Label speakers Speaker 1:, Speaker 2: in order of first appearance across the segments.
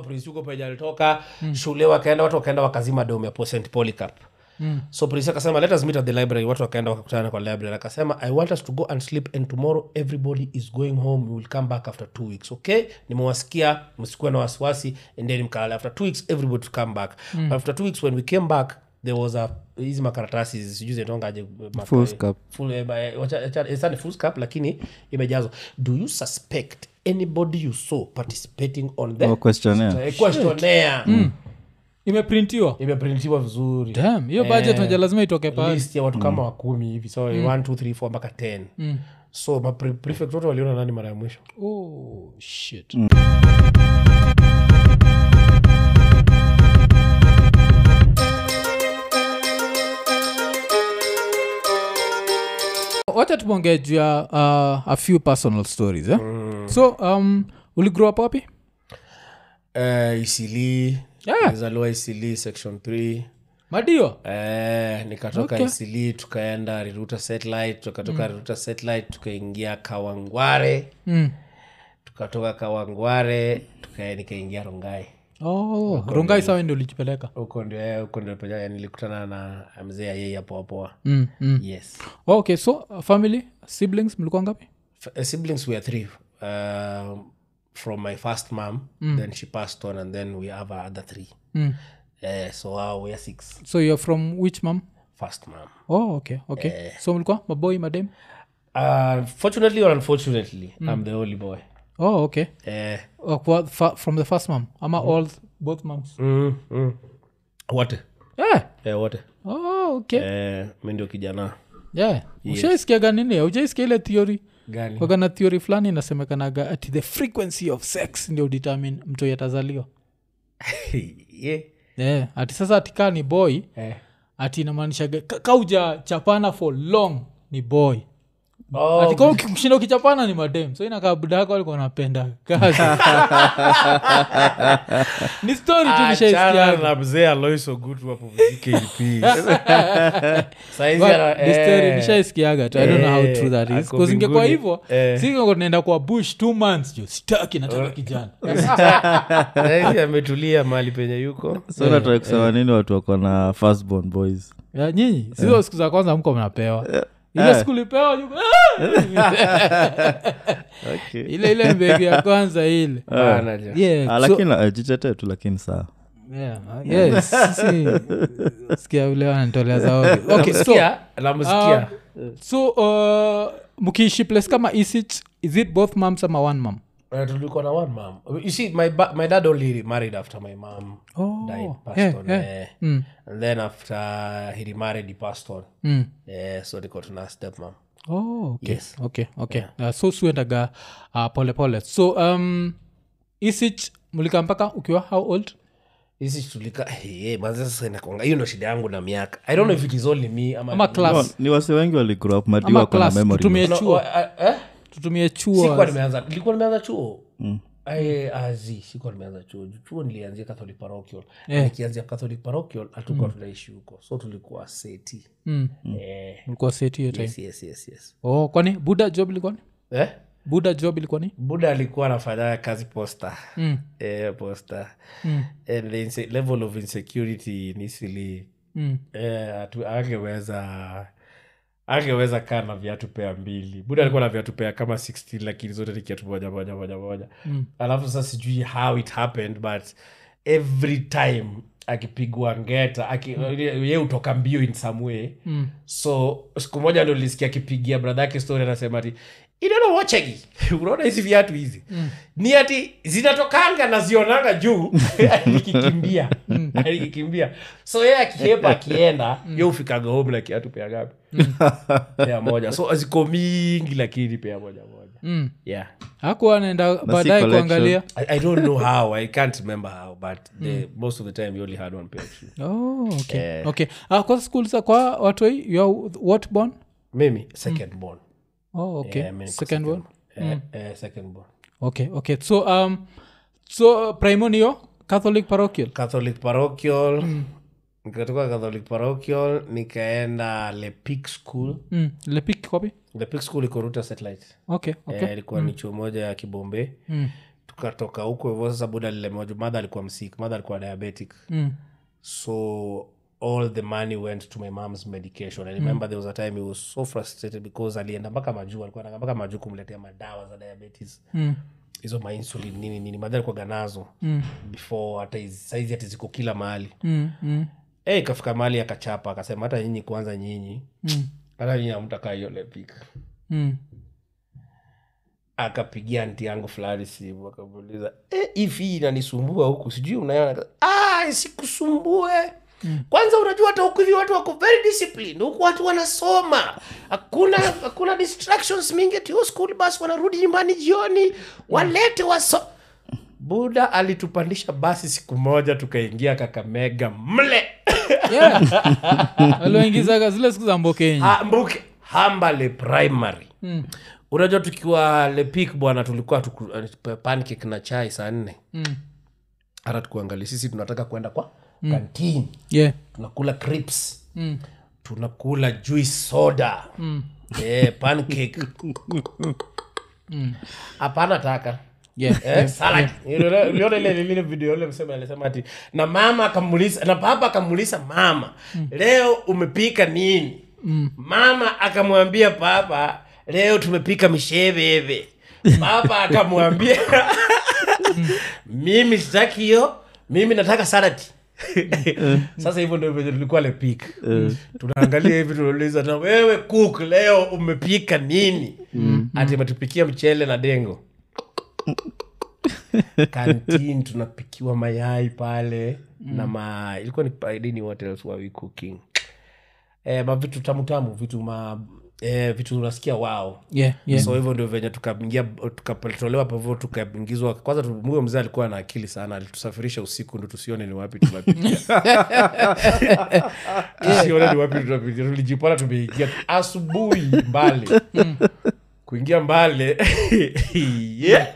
Speaker 1: prince yuko penye alitoka mm. shule wakaenda watu wakaenda wakazima dom ya Po- st polycarp mm. so prince akasema let us meet at the library watu wakaenda wakakutana kwa library akasema i want us to go and sleep and tomorrow everybody is going home we will come back after two weeks okay nimewasikia msikuwe na wasiwasi and then mkalala after two weeks everybody to come back mm. after two weeks when we came back there was a hizi makaratasi sijui zinaitwangaje maka-
Speaker 2: Fool's cup.
Speaker 1: full, eh, by- wacha- acha- it's not a full cup lakini imejazwa do you suspect anybody you saw participating on the
Speaker 2: Or questionnaire.
Speaker 1: Eh, questionnaire
Speaker 3: imeprintiwa Eh,
Speaker 1: imeprintiwa vizuri
Speaker 3: Mm. Damn, Mm. hiyo budget unajua lazima itoke pale
Speaker 1: list ya watu kama wakumi hivi so
Speaker 3: Mm.
Speaker 1: one, two, three, four, mpaka ten so mapre- prefect wote waliona nani mara ya mwisho
Speaker 3: oh, shit wacha tumeongea juu ya uh, a few personal stories eh? so um, uligrow up wapi
Speaker 1: uh, isilii
Speaker 3: Yeah.
Speaker 1: nilizaliwa E isilii section three
Speaker 3: madio
Speaker 1: Eh, nikatoka
Speaker 3: Okay.
Speaker 1: okay. isili E, tukaenda riruta satellite tukatoka mm. riruta satellite tukaingia kawangware
Speaker 3: mm.
Speaker 1: tukatoka kawangware tuka, nikaingia rongai
Speaker 3: oh, rungai sawa ndio ulijipeleka
Speaker 1: huko ndio eh, huko ndio penye nilikutana na mzee ayei apoapoa
Speaker 3: mm, mm.
Speaker 1: yes
Speaker 3: oh, okay so uh, family siblings mlikuwa ngapi
Speaker 1: F- uh, siblings were three um, from my first mom mm. then she passed on and then we have our other three
Speaker 3: mm.
Speaker 1: uh, so uh, we are six
Speaker 3: so youare from which mam
Speaker 1: first mom
Speaker 3: oh, okay okay so mlikuwa maboi madem
Speaker 1: uh, fortunately or unfortunately mm. i'm the only boy
Speaker 3: oh, okay
Speaker 1: uh,
Speaker 3: Uh, kwa- fa- from the first mam ama
Speaker 1: Mm-hmm.
Speaker 3: all both mams
Speaker 1: mm, mm. wote
Speaker 3: yeah.
Speaker 1: eh, wote
Speaker 3: oh, okay yeah.
Speaker 1: eh, mi ndio kijana
Speaker 3: ushaisikiaga nini ujaisikia ile theory
Speaker 1: gani
Speaker 3: Kwaga na theory fulani inasemekanaga ati the frequency of sex ndio determine mtu atazaliwa
Speaker 1: yeah.
Speaker 3: yeah. ati sasa atikaa ni boy
Speaker 1: eh.
Speaker 3: ati inamaanishaga ka- ka uja chapana for long ni boy
Speaker 1: oh,
Speaker 3: atika kushinda ukichapana ni madem so inakaa buda yako alikuwa napenda kazi ni story tu
Speaker 1: achana
Speaker 3: nishaisikiaga
Speaker 1: na mzee alois ogutu apumzike saizi ana- eh.
Speaker 3: nishaisikiaga tu i don't know how
Speaker 1: Eh,
Speaker 3: true that is
Speaker 1: ako
Speaker 3: 'Cause ingekuwa
Speaker 1: mbinguni.
Speaker 3: hivyo
Speaker 1: Eh.
Speaker 3: singekuwa tunaenda kwa bush two months jo sitaki nataka kijana
Speaker 1: Eh. Saizi ametulia mahali penye yuko
Speaker 2: so nataka kusema nini watu wako na firstborn boys
Speaker 3: Ya, nyinyi sizo
Speaker 1: Eh.
Speaker 3: siku za kwanza mko mnapewa ile siku lipewa yuko,
Speaker 2: okay.
Speaker 3: ile ile mbegu ya kwanza ile
Speaker 1: Bana jo.
Speaker 2: Ah,
Speaker 3: yeah, so,
Speaker 2: lakini eh, jitetee tu lakini saa
Speaker 3: yeah, yes, si- sikia ule wananitolea zawadi. Okay, so, uh,
Speaker 1: Sikia, namsikia
Speaker 3: so uh, mkiishi place kama isich is it both moms ama one mom
Speaker 1: Eh, tulikuwa na one mom you see my, ba- my dad only married after my mom
Speaker 3: Oh,
Speaker 1: died passed
Speaker 3: eh,
Speaker 1: on,
Speaker 3: eh.
Speaker 1: eh.
Speaker 3: Mm.
Speaker 1: and then after he remarried he passed on
Speaker 3: mm.
Speaker 1: Eh, so niko tuna step mom
Speaker 3: oh, okay.
Speaker 1: Yes.
Speaker 3: okay, okay. Uh, so suendaga uh, pole pole so um, isich mlika mpaka ukiwa how old
Speaker 1: hizi tulika hey, manze sasa inakwanga hiyo ndo shida yangu na miaka i don't know if it is only me ama,
Speaker 3: ama
Speaker 2: No,
Speaker 3: class
Speaker 2: ni wasi wengi waligrow up madi
Speaker 3: ama
Speaker 2: wako na
Speaker 3: class
Speaker 2: memory
Speaker 3: tutumie
Speaker 1: No,
Speaker 3: chuo
Speaker 1: wa- eh?
Speaker 3: tutumie
Speaker 1: sikuwa
Speaker 3: chuo
Speaker 1: nimeanza nilikuwa nimeanza chuo
Speaker 3: Mm.
Speaker 1: Aye, azi sikuwa nimeanza chuo chuo nilianzia catholic parochial
Speaker 3: Eh.
Speaker 1: nikianzia catholic parochial hatukuwa tunaishi huko so tulikuwa seti
Speaker 3: mm.
Speaker 1: eh,
Speaker 3: mlikuwa seti hiyo time
Speaker 1: yes, yes, yes, yes.
Speaker 3: oh, kwani buda job ilikuwa ni
Speaker 1: Eh?
Speaker 3: buda job ilikuwa ni
Speaker 1: buda alikuwa anafanya kazi posta
Speaker 3: mm.
Speaker 1: eh, posta
Speaker 3: Mm.
Speaker 1: and the inse- level of insecurity nisili
Speaker 3: Mm.
Speaker 1: Eh, atu- angeweza angeweza kaa na viatu pea mbili buda alikuwa na viatu pea kama 16 lakini zote ni kiatu moja moja moja moja
Speaker 3: Mm.
Speaker 1: alafu sasa sijui how it happened but every time akipigwa ngeta aki, ye utoka mbio in some way
Speaker 3: Mm.
Speaker 1: so siku moja ndo lisikia akipigia bradha yake story anasema ati inaona wochegi unaona hizi viatu hizi mm. ni ati zinatokanga na zionanga juu nikikimbia nikikimbia so yeye akihepa akienda ye ufikaga home na kiatu pea gapi pea moja so ziko mingi lakini pea moja moja
Speaker 3: Mm.
Speaker 1: yeah
Speaker 3: hakuwa anaenda baadaye
Speaker 2: collection.
Speaker 3: kuangalia
Speaker 1: I, I don't know how I can't remember how but the, most of the time you only had one pair of shoes
Speaker 3: oh, okay.
Speaker 1: Eh.
Speaker 3: okay. Ah, kwa school za kwa watoi you are what born
Speaker 1: mimi second born
Speaker 3: oh, okay.
Speaker 1: Yeah, mimi niko
Speaker 3: second one
Speaker 1: eh, eh, second born
Speaker 3: okay okay so um, so primonio catholic parochial
Speaker 1: catholic parochial nikatoka catholic parochial nikaenda lepic school
Speaker 3: mm. lepik kwapi
Speaker 1: lepic school iko ruta satellite
Speaker 3: okay okay
Speaker 1: Eh, ilikuwa ni chuo moja ya kibombe
Speaker 3: mm.
Speaker 1: tukatoka huko hivyo sasa buda alilemewa juu madha alikuwa msik madha alikuwa diabetic
Speaker 3: Mm.
Speaker 1: so all the money went to my mom's medication i
Speaker 3: Mm.
Speaker 1: remember there was a time he was so frustrated because alienda mpaka majuu alikuwa anaenda mpaka majuu kumletea madawa za diabetes
Speaker 3: Mm.
Speaker 1: hizo mainsulin nini nini madha alikuwaga nazo
Speaker 3: Mm.
Speaker 1: before hata hizi- saizi hati ziko kila mahali
Speaker 3: Mm. Mm.
Speaker 1: Eh, ikafika mahali akachapa akasema hata nyinyi kwanza nyinyi
Speaker 3: Mm.
Speaker 1: hata nyinyi amtakaa hiyo lepik
Speaker 3: Mm.
Speaker 1: akapigia nti yangu fulani simu akamuuliza "Eh, hivi hii inanisumbua huku sijui unaona Akasema, "Ah, sikusumbue kwanza unajua hata huku hivi watu wako very disciplined huku watu wanasoma hakuna hakuna distractions mingi ati "Oh, school bus wanarudi nyumbani jioni walete waso buda alitupandisha basi siku moja tukaingia kakamega mle
Speaker 3: Yeah. alioingizaga zile siku za mbokenyi
Speaker 1: Ha- mbuke hambale primary
Speaker 3: Mm.
Speaker 1: unajua tukiwa lepik bwana tulikuwa tuku, eh, pancake na chai saa nne
Speaker 3: Mm.
Speaker 1: hata tukuangalia sisi tunataka kwenda kwa mm. kantini
Speaker 3: yeah.
Speaker 1: tunakula crips
Speaker 3: Mm.
Speaker 1: tunakula juice soda mm. yeah, pancake hapana taka
Speaker 3: Yeah.
Speaker 1: Eh, salad. Uliona- uliona ile ile video ule msema alisema ati na mama akamuliza na baba akamuliza mama leo umepika nini mama akamwambia baba leo tumepika misheveve baba akamwambia "Mm. mimi sitaki hiyo mimi nataka saladi sasa hivyo ndio venye tulikuwa lepik tunaangalia hivi tunauliza na wewe cook leo umepika nini ati umetupikia mchele na dengo kantin tunapikiwa mayai pale mm. na ma ilikuwa ni pa- nini what else were we cooking eh, ma vitu tamutamu vitu ma eh, vitu unasikia wao
Speaker 3: Yeah. Yeah.
Speaker 1: so hivyo ndio venye tukaingia tukatolewa pavo tukaingizwa kwanza tu- huyo mzee alikuwa na akili sana alitusafirisha usiku ndo tusione ni wapi tunapitia tusione ni wapi tunapitia tulijipata tumeingia asubuhi mbale kuingia mbale yeah.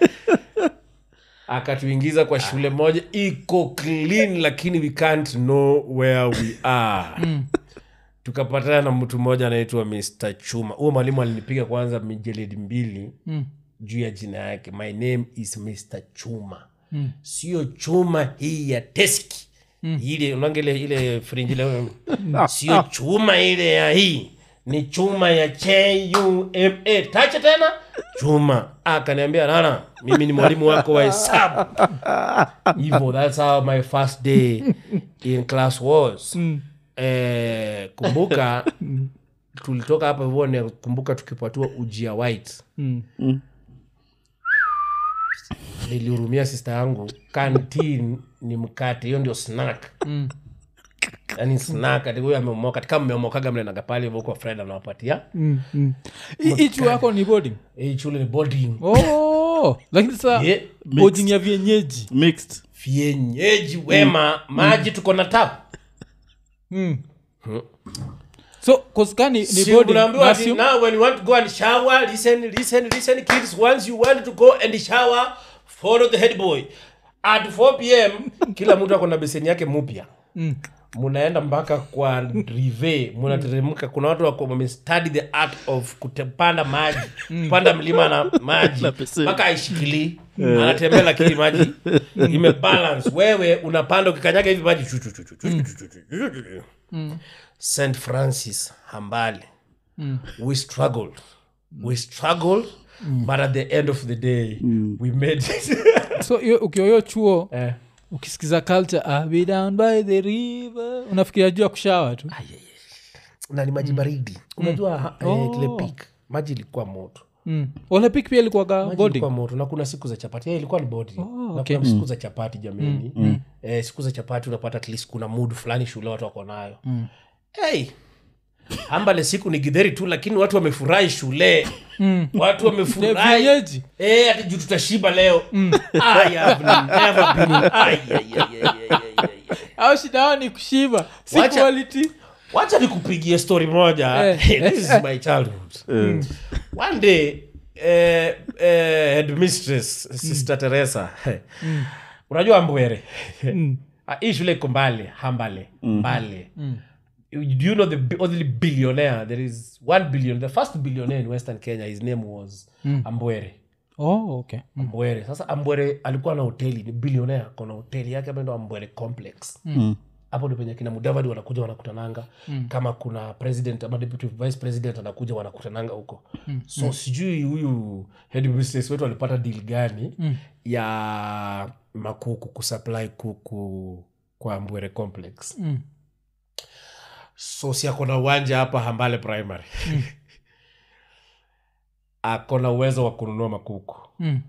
Speaker 1: akatuingiza kwa shule moja iko clean lakini we can't know where we are tukapatana na mtu mmoja anaitwa mr chuma huyo mwalimu alinipiga kwanza mijeledi mbili
Speaker 3: Mm.
Speaker 1: juu ya jina yake my name is mr chuma mm. sio chuma hii ya teski mm. ile unaonge ile ile frinji ile sio chuma ile ya hii ni chuma ya chuma tache tena chuma Ah, akaniambia nana mimi ni mwalimu wako wa hesabu hivyo that's how my first day in class was
Speaker 3: Mm.
Speaker 1: eh, kumbuka tulitoka hapa hivyo nakumbuka tukipatiwa ujia white
Speaker 3: Mm.
Speaker 1: nilihurumia sista yangu kantin ni mkate hiyo ndio snack
Speaker 3: Mm.
Speaker 1: yani snack ati huyo ameomoka ati kama mmeomokaga mlenaga pale hivyo kwa friend anawapatia
Speaker 3: Mm. Mm. I- ichu wako ni boarding
Speaker 1: hii shule ni boarding
Speaker 3: oh. lakini sasa
Speaker 1: Yeah,
Speaker 3: boarding ya vienyeji
Speaker 2: mixed
Speaker 1: vienyeji wema maji tuko na tap
Speaker 3: mm. so koskani ni
Speaker 1: Si
Speaker 3: boarding,
Speaker 1: unaambiwa ati,
Speaker 3: nasium-
Speaker 1: now when you want to go and shower listen listen listen kids once you want to go and shower follow the head boy at 4 pm kila mtu ako na beseni yake mupya
Speaker 3: Mm.
Speaker 1: munaenda mpaka kwa rive munateremka kuna watu wako wamestudy the art of kupanda maji
Speaker 3: Mm.
Speaker 1: kupanda mlima na maji
Speaker 2: beseni.
Speaker 1: mpaka aishikilii anatembea lakini maji imebalance wewe unapanda ukikanyaga hivi maji chu, chu, chu, chu, chu,
Speaker 3: Mm.
Speaker 1: chu, chu, chu, chu, chu, chu. st francis hambali we struggled we struggled but at the end of the day we made it
Speaker 3: so hiyo- ukiwa hiyo chuo
Speaker 1: Eh.
Speaker 3: ukisikiza culture I'll be down by the river unafikiria juu ya kushawa tu
Speaker 1: na ni maji baridi unajua ha- eh, kile peak maji ilikuwa moto
Speaker 3: mm. olympic pia ilikuwaga
Speaker 1: Maji
Speaker 3: boarding
Speaker 1: ilikuwa moto na kuna siku za chapati Eh, ilikuwa ni bodi na
Speaker 3: okay.
Speaker 1: kuna siku za chapati jameni eh, siku za chapati unapata at least kuna mood fulani shule watu wako nayo hey, ambale siku ni gidheri tu lakini watu wamefurahi shule watu wamefurahi
Speaker 3: vienyeji
Speaker 1: Eh, ati juu tutashiba leo
Speaker 3: Mm.
Speaker 1: I have never been- Ai, ai, ai, ai, ai, ai, ai, ai.
Speaker 3: au shida yao ni kushiba si
Speaker 1: Wacha-
Speaker 3: quality
Speaker 1: wacha nikupigie story moja
Speaker 3: Eh. Mm.
Speaker 1: this is my childhood one day eh, eh, headmistress
Speaker 3: Mm.
Speaker 1: sister teresa unajua mbwere
Speaker 3: Mm.
Speaker 1: Ah, hii shule iko mbale hambale mbale do you know the bi- only
Speaker 3: Mm.
Speaker 1: billionaire there is one billion the first billionaire in western kenya his name was ambwere
Speaker 3: oh, okay. mm.
Speaker 1: ambwere sasa ambwere alikuwa na hoteli ni bilionea kona hoteli yake amendo ambwere complex mm. hapo ni penye kina mudavadi wanakuja wanakutananga mm. kama kuna president ama deputy vice president anakuja wanakutananga huko mm. so mm. sijui huyu head mistress wetu alipata deal gani mm. ya makuku kusupply kuku kwa ambwere complex
Speaker 3: Mm.
Speaker 1: so si akona uwanja hapa hambale primary mm. akona uwezo wa kununua makuku
Speaker 3: Mm.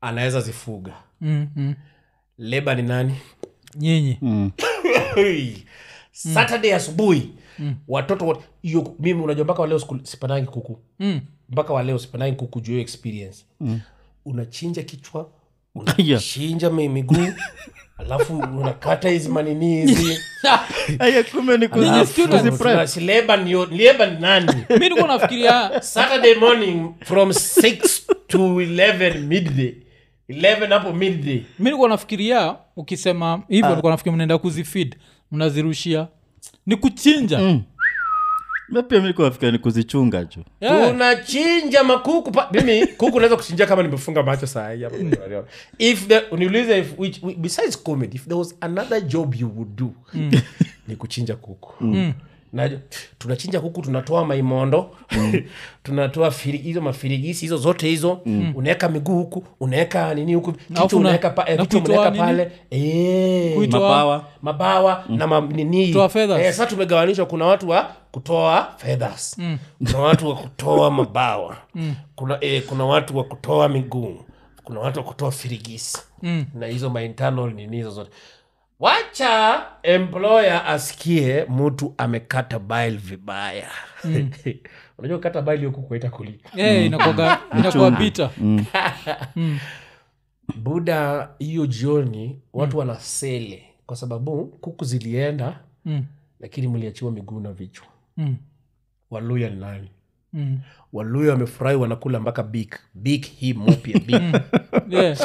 Speaker 1: anaweza zifuga
Speaker 3: Mm, mm.
Speaker 1: leba ni nani
Speaker 3: nyinyi
Speaker 1: Mm. saturday asubuhi watoto wote- hiyo mimi unajua mpaka waleo sipanangi kuku
Speaker 3: Mm.
Speaker 1: mpaka waleo sipanangi kuku juu hiyo experience unachinja kichwa unachinja mi- miguu alafu unakata hizi manini hizi
Speaker 2: aya kumbe ni
Speaker 3: Ninyi
Speaker 2: kuzi-
Speaker 3: students.
Speaker 2: kuzi prep.
Speaker 1: Si leba ni yo- leba ni nani
Speaker 3: mi nilikuwa nafikiria
Speaker 1: saturday morning from 6 to 11 midday 11 hapo midday
Speaker 3: mi nilikuwa nafikiria ukisema
Speaker 1: Ah.
Speaker 3: hivyo nilikuwa nafikiria mnaenda kuzifid mnazirushia ni kuchinja
Speaker 1: Mm.
Speaker 2: Mimi pia mi kuafika ni kuzichunga tu
Speaker 3: Yeah.
Speaker 1: tunachinja makuku pa, mimi kuku naweza kuchinja kama nimefunga macho saa hii hapa
Speaker 3: Mm.
Speaker 1: unaniona. if the uniulize if which, which- besides comedy if there was another job you would do
Speaker 3: Mm.
Speaker 1: ni kuchinja kuku na tunachinja kuku tunatoa maimondo tunatoa firi- hizo mafirigisi hizo zote hizo unaweka miguu huku unaweka nini huku
Speaker 3: alafu
Speaker 1: kichwa
Speaker 3: una-
Speaker 1: unaweka pa, eh,
Speaker 3: na
Speaker 1: vichwa
Speaker 3: kuitoa
Speaker 1: unaweka
Speaker 3: nini?
Speaker 1: pale Eh,
Speaker 3: Kuitoa-
Speaker 2: mabawa
Speaker 1: mabawa na ma, nini
Speaker 3: Kutoa feathers.
Speaker 1: Eh, sasa tumegawanishwa kuna watu wa kutoa feathers
Speaker 3: Mm.
Speaker 1: kuna watu wa kutoa mabawa kuna, eh, kuna watu wa kutoa miguu kuna watu wa kutoa firigisi
Speaker 3: Mm.
Speaker 1: na hizo mainternal nini hizo zote wacha employer asikie mtu amekata bile vibaya
Speaker 3: Mm.
Speaker 1: unajua kukata bile huku kuita kuli
Speaker 3: Eh, inakuwaga- inakuwa bita
Speaker 1: Mm. buda hiyo jioni watu wanasele kwa sababu kuku zilienda
Speaker 3: Mm,
Speaker 1: lakini mliachiwa miguu na vichwa
Speaker 3: mm,
Speaker 1: waluya ni nani
Speaker 3: mm.
Speaker 1: waluya wamefurahi wanakula mpaka bik bik hii mupya bik
Speaker 3: Yeah.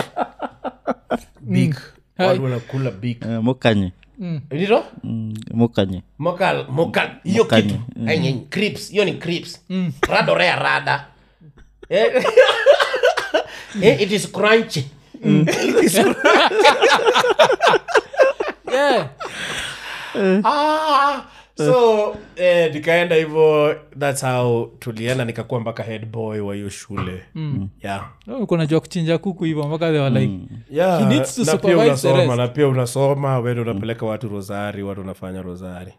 Speaker 1: bik
Speaker 3: Mm. Hai.
Speaker 1: watu wanakula bik
Speaker 2: Eh, mukanye
Speaker 1: ndio
Speaker 2: Mm, mukanye
Speaker 1: mokal mokal hiyo
Speaker 2: Mokani.
Speaker 1: kitu Ai, ai, crips hiyo ni crips rado rea rada Eh, eh, it is crunchy It is crunchy.
Speaker 3: Yeah.
Speaker 1: Eh. Ah, so eh, nikaenda hivyo thats how tulienda nikakuwa mpaka head boy wa hiyo shule yeah.
Speaker 3: Oh, ulikuwa unajua kuchinja kuku hivyo mpaka they were like
Speaker 1: Mm. Yeah,
Speaker 3: He needs to
Speaker 1: na pia
Speaker 3: supervise the
Speaker 1: unasoma
Speaker 3: rest.
Speaker 1: na pia unasoma wende
Speaker 3: Mm.
Speaker 1: unapeleka watu rosari watu unafanya rosari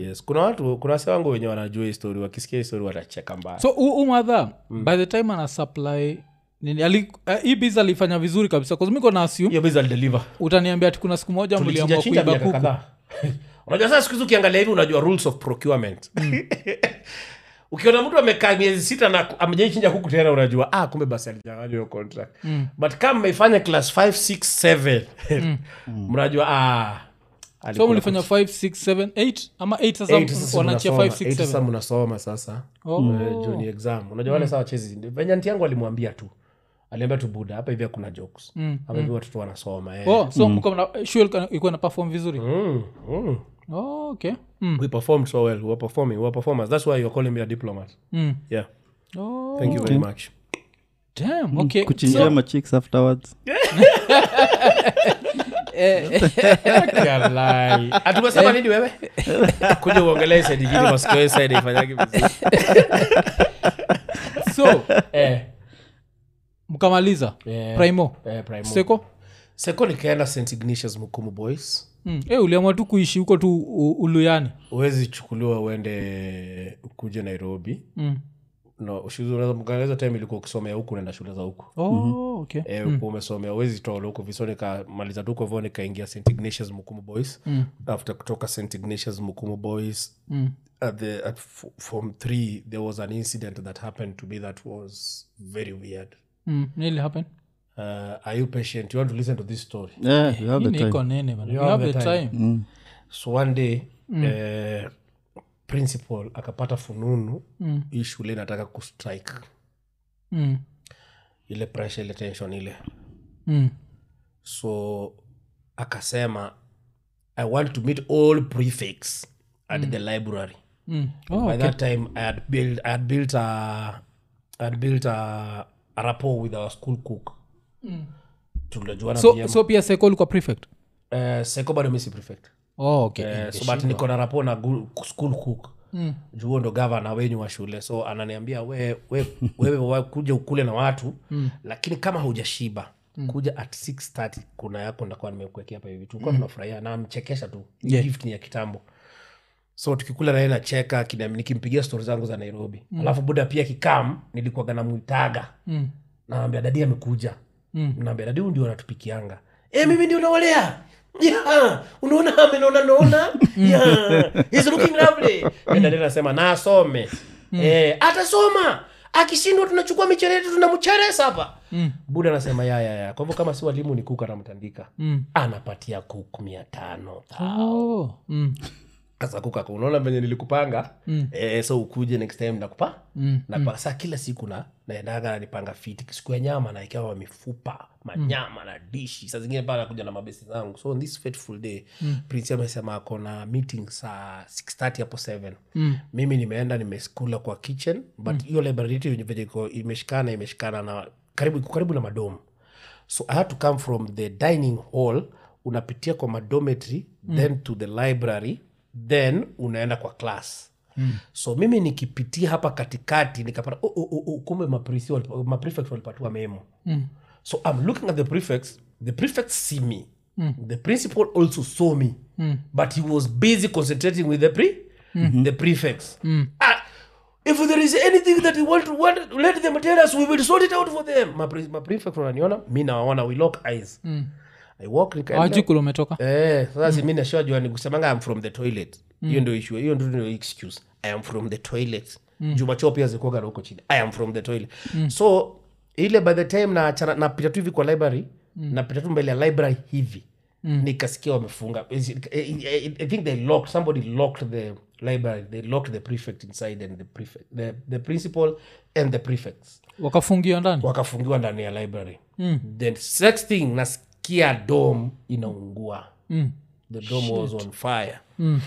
Speaker 1: yes kuna watu kuna wase wangu wenye wanajua histori wakisikia histori watacheka mbaya
Speaker 3: so huu madha
Speaker 1: Mm.
Speaker 3: by the time ana supply nini ali- eh, hii biz alifanya vizuri kabisa kazimiko na assume
Speaker 1: hiyo biza deliver
Speaker 3: utaniambia ati kuna siku moja mliamua
Speaker 1: Tulichinja-chinja
Speaker 3: kuiba
Speaker 1: miaka
Speaker 3: kuku
Speaker 1: kadhaa unajua sasa siku hizi ukiangalia hivi unajua rules of procurement
Speaker 3: Mm.
Speaker 1: ukiona mtu amekaa miezi sita na amejaichinja kuku tena unajua ah, kumbe basi alinyang'anywa hiyo contract
Speaker 3: Mm.
Speaker 1: but kama mmeifanya class 5 6 7
Speaker 3: Mm.
Speaker 1: mnajua ah,
Speaker 3: so
Speaker 1: alikula
Speaker 3: mlifanya 5 6 7 8 ama 8
Speaker 1: Eight
Speaker 3: sasa
Speaker 1: sasa
Speaker 3: wanaachia 5
Speaker 1: mnasoma, eight
Speaker 3: 6
Speaker 1: sasa
Speaker 3: 7
Speaker 1: mnasoma sasa
Speaker 3: Oh.
Speaker 1: Eh, juu ni exam unajua wale saa wachezi venye nti yangu alimwambia tu aliambia tu buda hapa hivi hakuna jokes hapa hivi watoto wanasoma eh.
Speaker 3: Mm, oh so mko mna shule ilikuwa- ilikuwa na perform vizuri
Speaker 1: Mm, mm.
Speaker 3: oh, okay mm.
Speaker 1: We performed so well. We were performing. We were performers. That's why you're calling me a diplomat.
Speaker 3: Mm.
Speaker 1: Yeah.
Speaker 3: Oh,
Speaker 1: Thank you very much. Mm,
Speaker 3: damn, okay.
Speaker 2: kuchinjia machicks afterwards
Speaker 3: eh,
Speaker 1: Hatumesema Ah, nini wewe?
Speaker 3: Eh.
Speaker 1: Kuja uongelee side ingine masikio hiyo side haifanyagi vizuri.
Speaker 3: So- so
Speaker 1: Eh,
Speaker 3: mkamaliza
Speaker 1: eh,
Speaker 3: primo
Speaker 1: eh, primo.
Speaker 3: seko
Speaker 1: Seko nikaenda St. Ignatius Mukumu Boys.
Speaker 3: mm. hey, uliamua tu kuishi huko tu u- uluyani
Speaker 1: Huwezi chukuliwa uende ukuje Nairobi.
Speaker 3: mm.
Speaker 1: No, ushizu- unaweza mkaeleza time ilikuwa ukisomea huku unaenda shule za huku.
Speaker 3: oh, okay.
Speaker 1: Eh, ulikuwa umesomea huwezi toa huko viso nikamaliza tu kovo nikaingia St. Ignatius Mukumu Boys. After kutoka St. Ignatius Mukumu Boys
Speaker 3: mm.
Speaker 1: at the at f- form three there was an incident that happened to me that was very weird
Speaker 3: Mm. Nearly happened.
Speaker 1: uh, are you patient you want to listen to this story
Speaker 2: yeah, you have
Speaker 3: Hii
Speaker 2: the
Speaker 3: ni
Speaker 2: time.
Speaker 3: iko nene bana.
Speaker 1: You
Speaker 3: You
Speaker 1: have
Speaker 3: have
Speaker 1: the
Speaker 3: the
Speaker 1: time. Mm.
Speaker 3: time.
Speaker 1: so one day mm. uh, principal akapata fununu
Speaker 3: Mm.
Speaker 1: hii shule inataka kustrike
Speaker 3: Mm.
Speaker 1: ile pressure ile tension ile
Speaker 3: Mm.
Speaker 1: so akasema i want to meet all prefects at mm. the library
Speaker 3: Mm. Oh,
Speaker 1: by that time i had built, I had built, a, I had built a, a rapport with our school cook tulijuana
Speaker 3: Mm. so, so pia seko ulikuwa prefect
Speaker 1: seko bado misi eh, prefect
Speaker 3: oh, okay.
Speaker 1: Eh, so but niko na rapport na gu- school cook juu huo ndo gavana wenyu wa shule so ananiambia we, we, wewe wa- kuja ukule na watu lakini kama hujashiba kuja at 630 kuna yako ndakuwa nimekuekea hapa hivi tulikuwa tunafurahia na amchekesha tu Ni gift ni ya kitambo so tukikula naye nacheka kina- nikimpigia stori zangu za nairobi alafu buda pia kikam nilikuwaga namwitaga
Speaker 3: Mm.
Speaker 1: naambia dadi amekuja mm. naambia dadi huyu ndio anatupikianga e, mimi ndio naolea Yeah, unaona amenona naona yeah, he's looking lovely Eh, dadi anasema na asome eh, atasoma akishindwa tunachukua michere yetu tunamcheresa hapa buda anasema ya ya ya kwa hivyo kama si walimu ni kuku anamtandika
Speaker 3: Mm.
Speaker 1: anapatia kuku mia tano
Speaker 3: Oh. Mm.
Speaker 1: sasa kukaka unaona venye nilikupanga mm. e, so ukuje next time nakupa
Speaker 3: Mm.
Speaker 1: napa mm. saa kila siku na naendaga nanipanga fiti siku ya nyama na ikiwa mifupa manyama mm. na dishi saa zingine paa nakuja na mabesi zangu so on this fateful day mm. prince amesema ako na meeting saa 630 hapo 7 mm. mimi nimeenda nimeskula kwa kitchen but hiyo mm. library yetu yenye venye iko- imeshikana imeshikana na karibu iko karibu na madomo so i had to come from the dining hall unapitia kwa madometry mm. then to the library then unaenda kwa class mm. so mimi nikipitia hapa katikati nikapata oh, oh, oh, oh, kumbe maprisi walipa- maprefect walipatiwa memo mm. so i'm looking at the prefects the prefects see me mm. the principal also saw me mm. but he was busy concentrating with the pre mm-hmm. the prefects mm. ah, if there is anything that you want to want, let them tell us we will sort it out for them Ma pre- ma prefect wananiona mi nawaona we lock eyes mm. i walk nikaenda-
Speaker 3: Hawajui kule umetoka
Speaker 1: Eh, sasa si mi nashajua ni kusemanga am from the toilet hiyo ndio issue hiyo ndio ndio excuse i am from the toilet juma choo pia zilikuwaga na huko chini i am from the toilet so ile by the time naachana- napita tu hivi kwa library napita tu mbele ya library hivi nikasikia wamefunga Is it- I, I, I think they locked somebody locked the library they locked the prefect inside and the prefect the, the principal and the prefects
Speaker 3: wakafungiwa ndani
Speaker 1: wakafungiwa ndani ya library mm. then sex thing nasikia dom inaungua mm. the dom was on fire mm.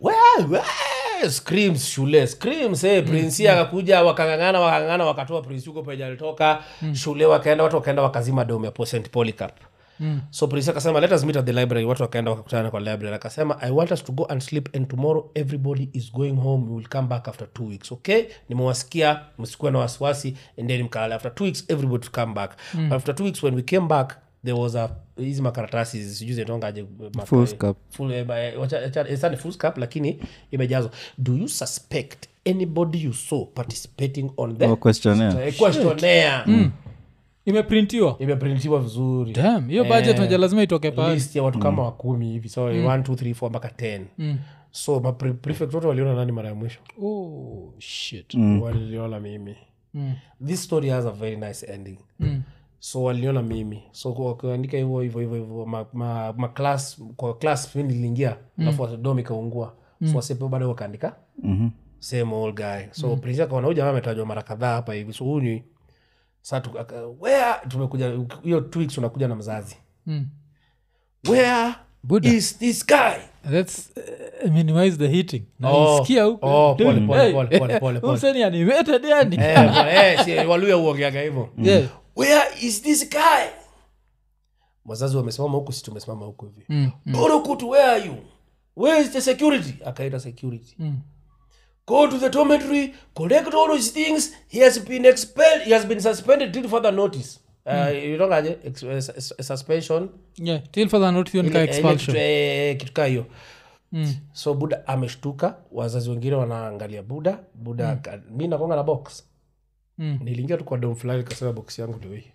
Speaker 1: well, well, screams shule screams hey, prinsi akakuja wakangangana wakangangana wakatoa prinsi huko penye alitoka shule wakaenda watu wakaenda wakazima dom ya po- St. Polycarp Mm. so prinsi akasema let us meet at the library watu wakaenda wakakutana kwa library akasema i want us to go and sleep and tomorrow everybody is going home we will come back after two weeks okay nimewasikia msikuwe na wasiwasi and then mkalala after two weeks everybody to come back mm. after two weeks when we came back there was a hizi makaratasi sijui zinatongaje maka-
Speaker 2: Fool's cup.
Speaker 1: full, eh, by- wacha- acha- it's not full scap lakini imejazwa do you suspect anybody you saw participating on the
Speaker 2: Or questionnaire.
Speaker 1: Eh, questionnaire mm.
Speaker 3: imeprintiwa
Speaker 1: imeprintiwa vizuri
Speaker 3: Damn, hiyo
Speaker 1: Eh,
Speaker 3: budget unajua lazima itoke pale
Speaker 1: list ya watu kama wakumi hivi so one, two, three, four, mpaka 10 so mapre- prefect wote waliona nani mara ya mwisho
Speaker 3: oh, shit.
Speaker 1: waliliona mimi
Speaker 3: Mm.
Speaker 1: this story has a very nice ending so waliniona mimi so kwa- wakiandika hivyo hivyo hivyo hivyo ma, ma, ma class, kwa class mi niliingia
Speaker 3: Mm.
Speaker 1: alafu dom ikaungua so wasepe bado wakaandika same old guy so mm. prinsi akaona huyu jamaa ametajwa mara kadhaa hapa hivi so huyu ni- saa tu- aka- where tumekuja hiyo two weeks unakuja na mzazi
Speaker 3: Mm.
Speaker 1: where
Speaker 3: Buddha.
Speaker 1: is this guy
Speaker 3: Let's, uh, minimize the heating. Na
Speaker 1: Oh,
Speaker 3: isikia huko.
Speaker 1: oh, pole,
Speaker 3: Dude,
Speaker 1: pole,
Speaker 3: hey,
Speaker 1: pole, pole, pole, pole.
Speaker 3: msanii animated yani.
Speaker 1: Eh, bwana, eh, si, waluya huongeaga hivyo
Speaker 3: Yeah.
Speaker 1: where is this guy wazazi wamesimama huku si tumesimama huku hivi
Speaker 3: Mm,
Speaker 1: dorokut where are you where is the security akaita security
Speaker 3: Mm.
Speaker 1: go to the dormitory collect all his things he has been expelled he has been suspended till further notice Uh,
Speaker 3: Mm.
Speaker 1: you know aje ex- eh, sus- sus- suspension
Speaker 3: Yeah, till further notice hiyo ni
Speaker 1: Ile-
Speaker 3: kaa
Speaker 1: ile kitu-
Speaker 3: expulsion.
Speaker 1: eh, kitu kaa hiyo
Speaker 3: Mm.
Speaker 1: so buda ameshtuka wazazi wengine wanaangalia buda buda aka- mi nakonga na box
Speaker 3: Mm.
Speaker 1: niliingia tu kwa dom fulani kasema box yangu ndio hii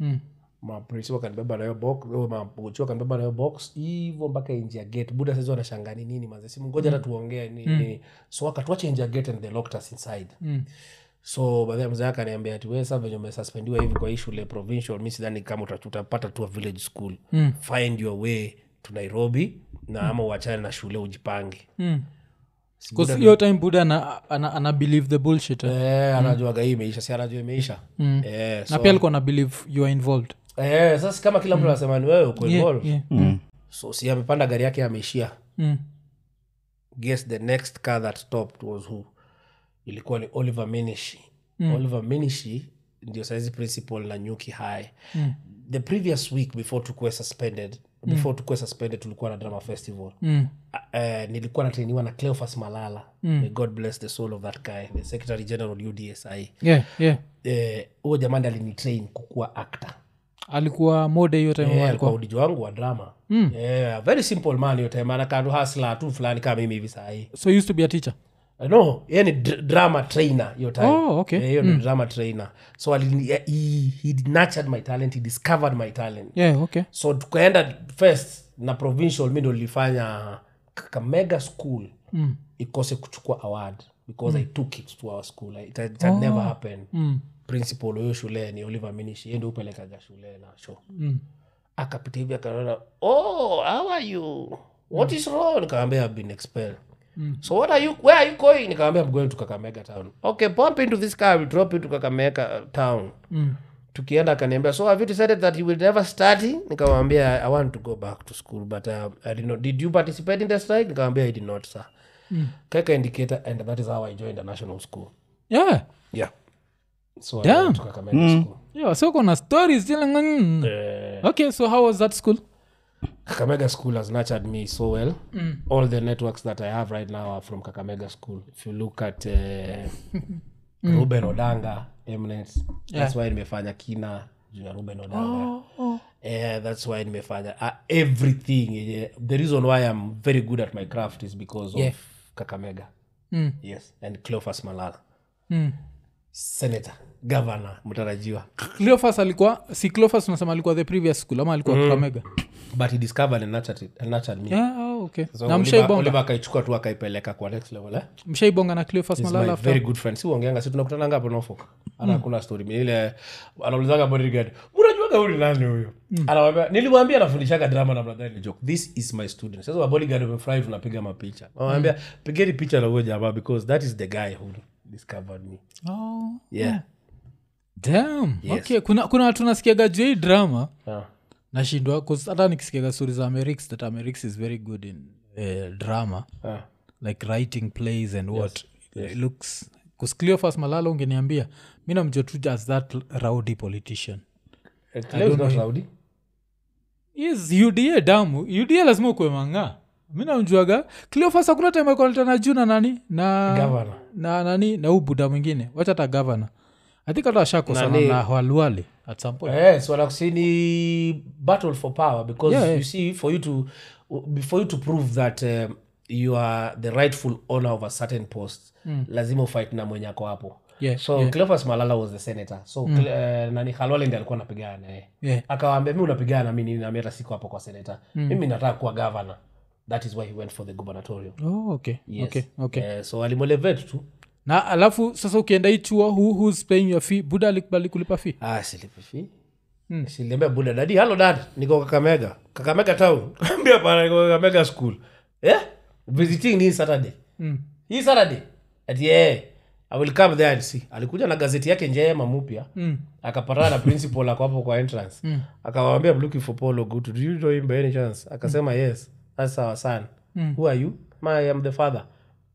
Speaker 3: Mm.
Speaker 1: mapolisi wakanibeba nayo box oh, mabuchi wakanibeba nayo box hivo mpaka nje ya gate buda saizi wanashanga ni nini maze simu
Speaker 3: Mm.
Speaker 1: ngoja hata tuongee ni nini so wakatuacha nje ya gate and they locked us inside
Speaker 3: Mm.
Speaker 1: so baadhi ya mzee akaniambia ati we sa venye umesuspendiwa hivi kwa hii shule provincial mi sidhani kama uta- utapata tu a village school
Speaker 3: Mm.
Speaker 1: find your way to nairobi na
Speaker 3: Hmm.
Speaker 1: ama uachane na shule ujipange
Speaker 3: Mm. 'Cause hiyo time buda ana, ana, ana believe the bullshit eh.
Speaker 1: Eh, anajuaga hii imeisha si anajua imeisha
Speaker 3: Mm.
Speaker 1: Eh,
Speaker 3: na
Speaker 1: so-
Speaker 3: pia alikuwa na believe you are involved
Speaker 1: Eh, sasa kama kila mtu anasema ni wewe uko involved.
Speaker 3: Hmm. yeah.
Speaker 1: so si amepanda gari yake ameishia
Speaker 3: mm.
Speaker 1: guess the next car that stopped was who ilikuwa ni oliver minishi mm. oliver minishi ndio saizi principal na nyuki high mm. the previous week before tukue suspended before mm. tukue suspended tulikuwa na drama festival
Speaker 3: mm.
Speaker 1: uh, nilikuwa natrainiwa na cleofas malala mm. may god bless the soul of that guy the secretary general udsi
Speaker 3: yeah, yeah.
Speaker 1: Eh, huyo uh, jamani alinitrain kukuwa actor
Speaker 3: alikuwa mode hiyo time
Speaker 1: Eh,
Speaker 3: yeah.
Speaker 1: alikuwa udiji wangu wa drama mm. very simple man yote maana kandu hasla tu fulani kama mimi hivi sahii
Speaker 3: so you used to be a teacher
Speaker 1: no yeye ni dr- drama trainer hiyo time
Speaker 3: Oh, okay.
Speaker 1: Eh, hiyo ni drama trainer so alini- eh, he, he nurtured my talent he discovered my talent
Speaker 3: yeah okay
Speaker 1: so tukaenda first na provincial mi ndo nilifanya kamega school mm. ikose kuchukua award because mm. i took it to our school it, it had never happened mm. principal huyo shule ni oliver minishi yeye ndio upelekaga shule na show mm. akapita hivi akaona oh how are you what is wrong nikaambia "I've been expelled so what are you where are you going nikaambia i'm going to kakamega town okay pump into this car we drop you to kakamega town mm tukienda akaniambia so have you decided that you will never study nikamwambia i want to go back to school but uh, I did, not, did you participate in the strike nikamwambia i did not sir mm. kaeka indicator and that is how i joined the national school
Speaker 3: yeah
Speaker 1: yeah so I
Speaker 3: Damn.
Speaker 1: went to Kakamega school
Speaker 3: yeah so kuna stories zile mm.
Speaker 1: Eh.
Speaker 3: okay so how was that school
Speaker 1: Kakamega School has nurtured me so well. Mm. All the networks that I have right now are from Kakamega School. If you look at uh,
Speaker 3: Mm.
Speaker 1: Ruben Odanga, Eminence, that's why nimefanya kina juu ya Ruben Odanga.
Speaker 3: Oh,
Speaker 1: Yeah, that's why nimefanya uh, everything. Yeah. The reason why I'm very good at my craft is because
Speaker 3: Yeah.
Speaker 1: of Kakamega.
Speaker 3: Mm.
Speaker 1: Yes, and Cleophas Malala,
Speaker 3: mm.
Speaker 1: Senator, Governor, mtarajiwa.
Speaker 3: cleophas alikuwa si cleophas unasema alikuwa the previous school ama alikuwa
Speaker 1: Mm-hmm.
Speaker 3: mm. kamega
Speaker 1: But he discovered and nurtured, it, and nurtured me.
Speaker 3: yeah oh, okay
Speaker 1: So
Speaker 3: na
Speaker 1: Oliver,
Speaker 3: mshaibonga
Speaker 1: Oliver akaichukua tu akaipeleka kwa next level eh?
Speaker 3: mshaibonga na cleophas
Speaker 1: He's
Speaker 3: malala
Speaker 1: my
Speaker 3: after Hmm.
Speaker 1: very good friend si uongeanga si tunakutananga hapo norfolk ana hakuna story Mi ile anaulizaga bodyguard mnajuaga huyu ni nani huyo
Speaker 3: Hmm.
Speaker 1: anawambia niliwambia anafundishaga drama na brother ni joke this is my student sasa wa bodyguard wamefurahi tunapiga mapicha anawambia
Speaker 3: Hmm.
Speaker 1: pigeni picha na huyo jamaa because that is the guy who discovered me
Speaker 3: oh.
Speaker 1: yeah
Speaker 3: Damn. okay kuna kuna watu nasikiaga juu ya hii drama
Speaker 1: Ah.
Speaker 3: nashindwa 'cause hata nikisikiaga stori za amerix that amerix is very good in eh, drama
Speaker 1: Ah.
Speaker 3: like writing plays and what It looks because cleophas malala ungeniambia mi namjua tu as that rowdy politician
Speaker 1: Eh, leo is not rowdy.
Speaker 3: is uda damu uda lazima ukuwe mang'aa mi namjuaga cleophas hakuna time akoletana juu na nani na,
Speaker 1: Governor.
Speaker 3: na nani na huu buda mwingine wachata gavana athink hata washakosana
Speaker 1: Nani?
Speaker 3: na walwale at some point
Speaker 1: yes wanakusini battle for power because
Speaker 3: Yeah, yeah.
Speaker 1: you see for you to before you to prove that um, you are the rightful owner of a certain post mm. lazima ufight na mwenye ako hapo
Speaker 3: Hmm. Yeah, Hmm.
Speaker 1: so Cleophas malala was the senator so mm. uh, nani halwale ndi alikuwa anapigana naye
Speaker 3: Yeah. Hmm.
Speaker 1: akawaambia mi unapigana mi nini nami hata siko hapo kwa senator mimi nataka kuwa governor that is why he went for the gubernatorial
Speaker 3: Oh, okay.
Speaker 1: Yes.
Speaker 3: Okay. Okay.
Speaker 1: Eh, so alimolevate tu
Speaker 3: na alafu sasa ukienda hii chuo who, who's paying your fee buda alikubali kulipa fee
Speaker 1: Ah, silipi fi siliambia buda dadi halo dad niko kakamega kakamega town ambia pana niko kakamega school eh? visiting ni hii saturday mm. hii saturday ati yeah. I will come there and see. alikuja na gazeti yake njema mupya mm. akapatana na principal ako hapo kwa entrance mm. akawambia looking for polo good do you know him by any chance akasema yes that's our son mm. who are you Ma, I am the father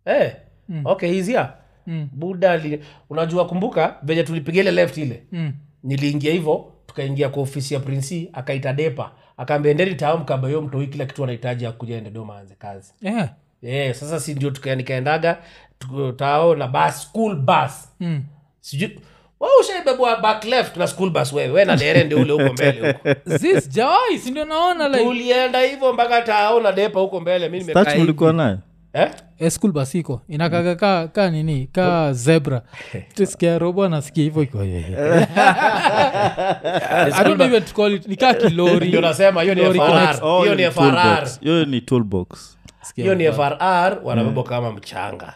Speaker 1: eh mm. okay he's here mm. buda ali- unajua kumbuka venye tulipiga ile left ile
Speaker 3: mm.
Speaker 1: niliingia hivyo tukaingia kwa ofisi ya prinsi akaita depa akaambia endeni taam kabayo mtoi kila kitu anahitaji akuja dodoma aanze kazi
Speaker 3: yeah.
Speaker 1: yeah, sasa si ndio tuka- nikaendaga tuko- tao na bus school bus
Speaker 3: mm.
Speaker 1: sijui we ushaibebwa back left na school bus wewe we na dere ndio ule huko mbele huko
Speaker 3: zis jawai sindio naona like
Speaker 1: tulienda hivyo mpaka tao na depa huko mbele mi nimekaa
Speaker 2: Stats
Speaker 1: hivi.
Speaker 2: mlikuwa nayo
Speaker 1: eh?
Speaker 3: eh, school bus iko inakaga ka, ka nini ka zebra tusikia robo anasikia hivyo iko i don't even call it nikaa kilori
Speaker 1: ndio nasema hiyo ni
Speaker 3: Lori
Speaker 1: FRR
Speaker 3: connects
Speaker 2: Oh,
Speaker 1: hiyo ni FRR
Speaker 2: toolbox. hiyo ni toolbox
Speaker 3: Sikia
Speaker 1: hiyo ni
Speaker 3: robo.
Speaker 1: frr
Speaker 3: Mm.
Speaker 1: wanabebwa kama mchanga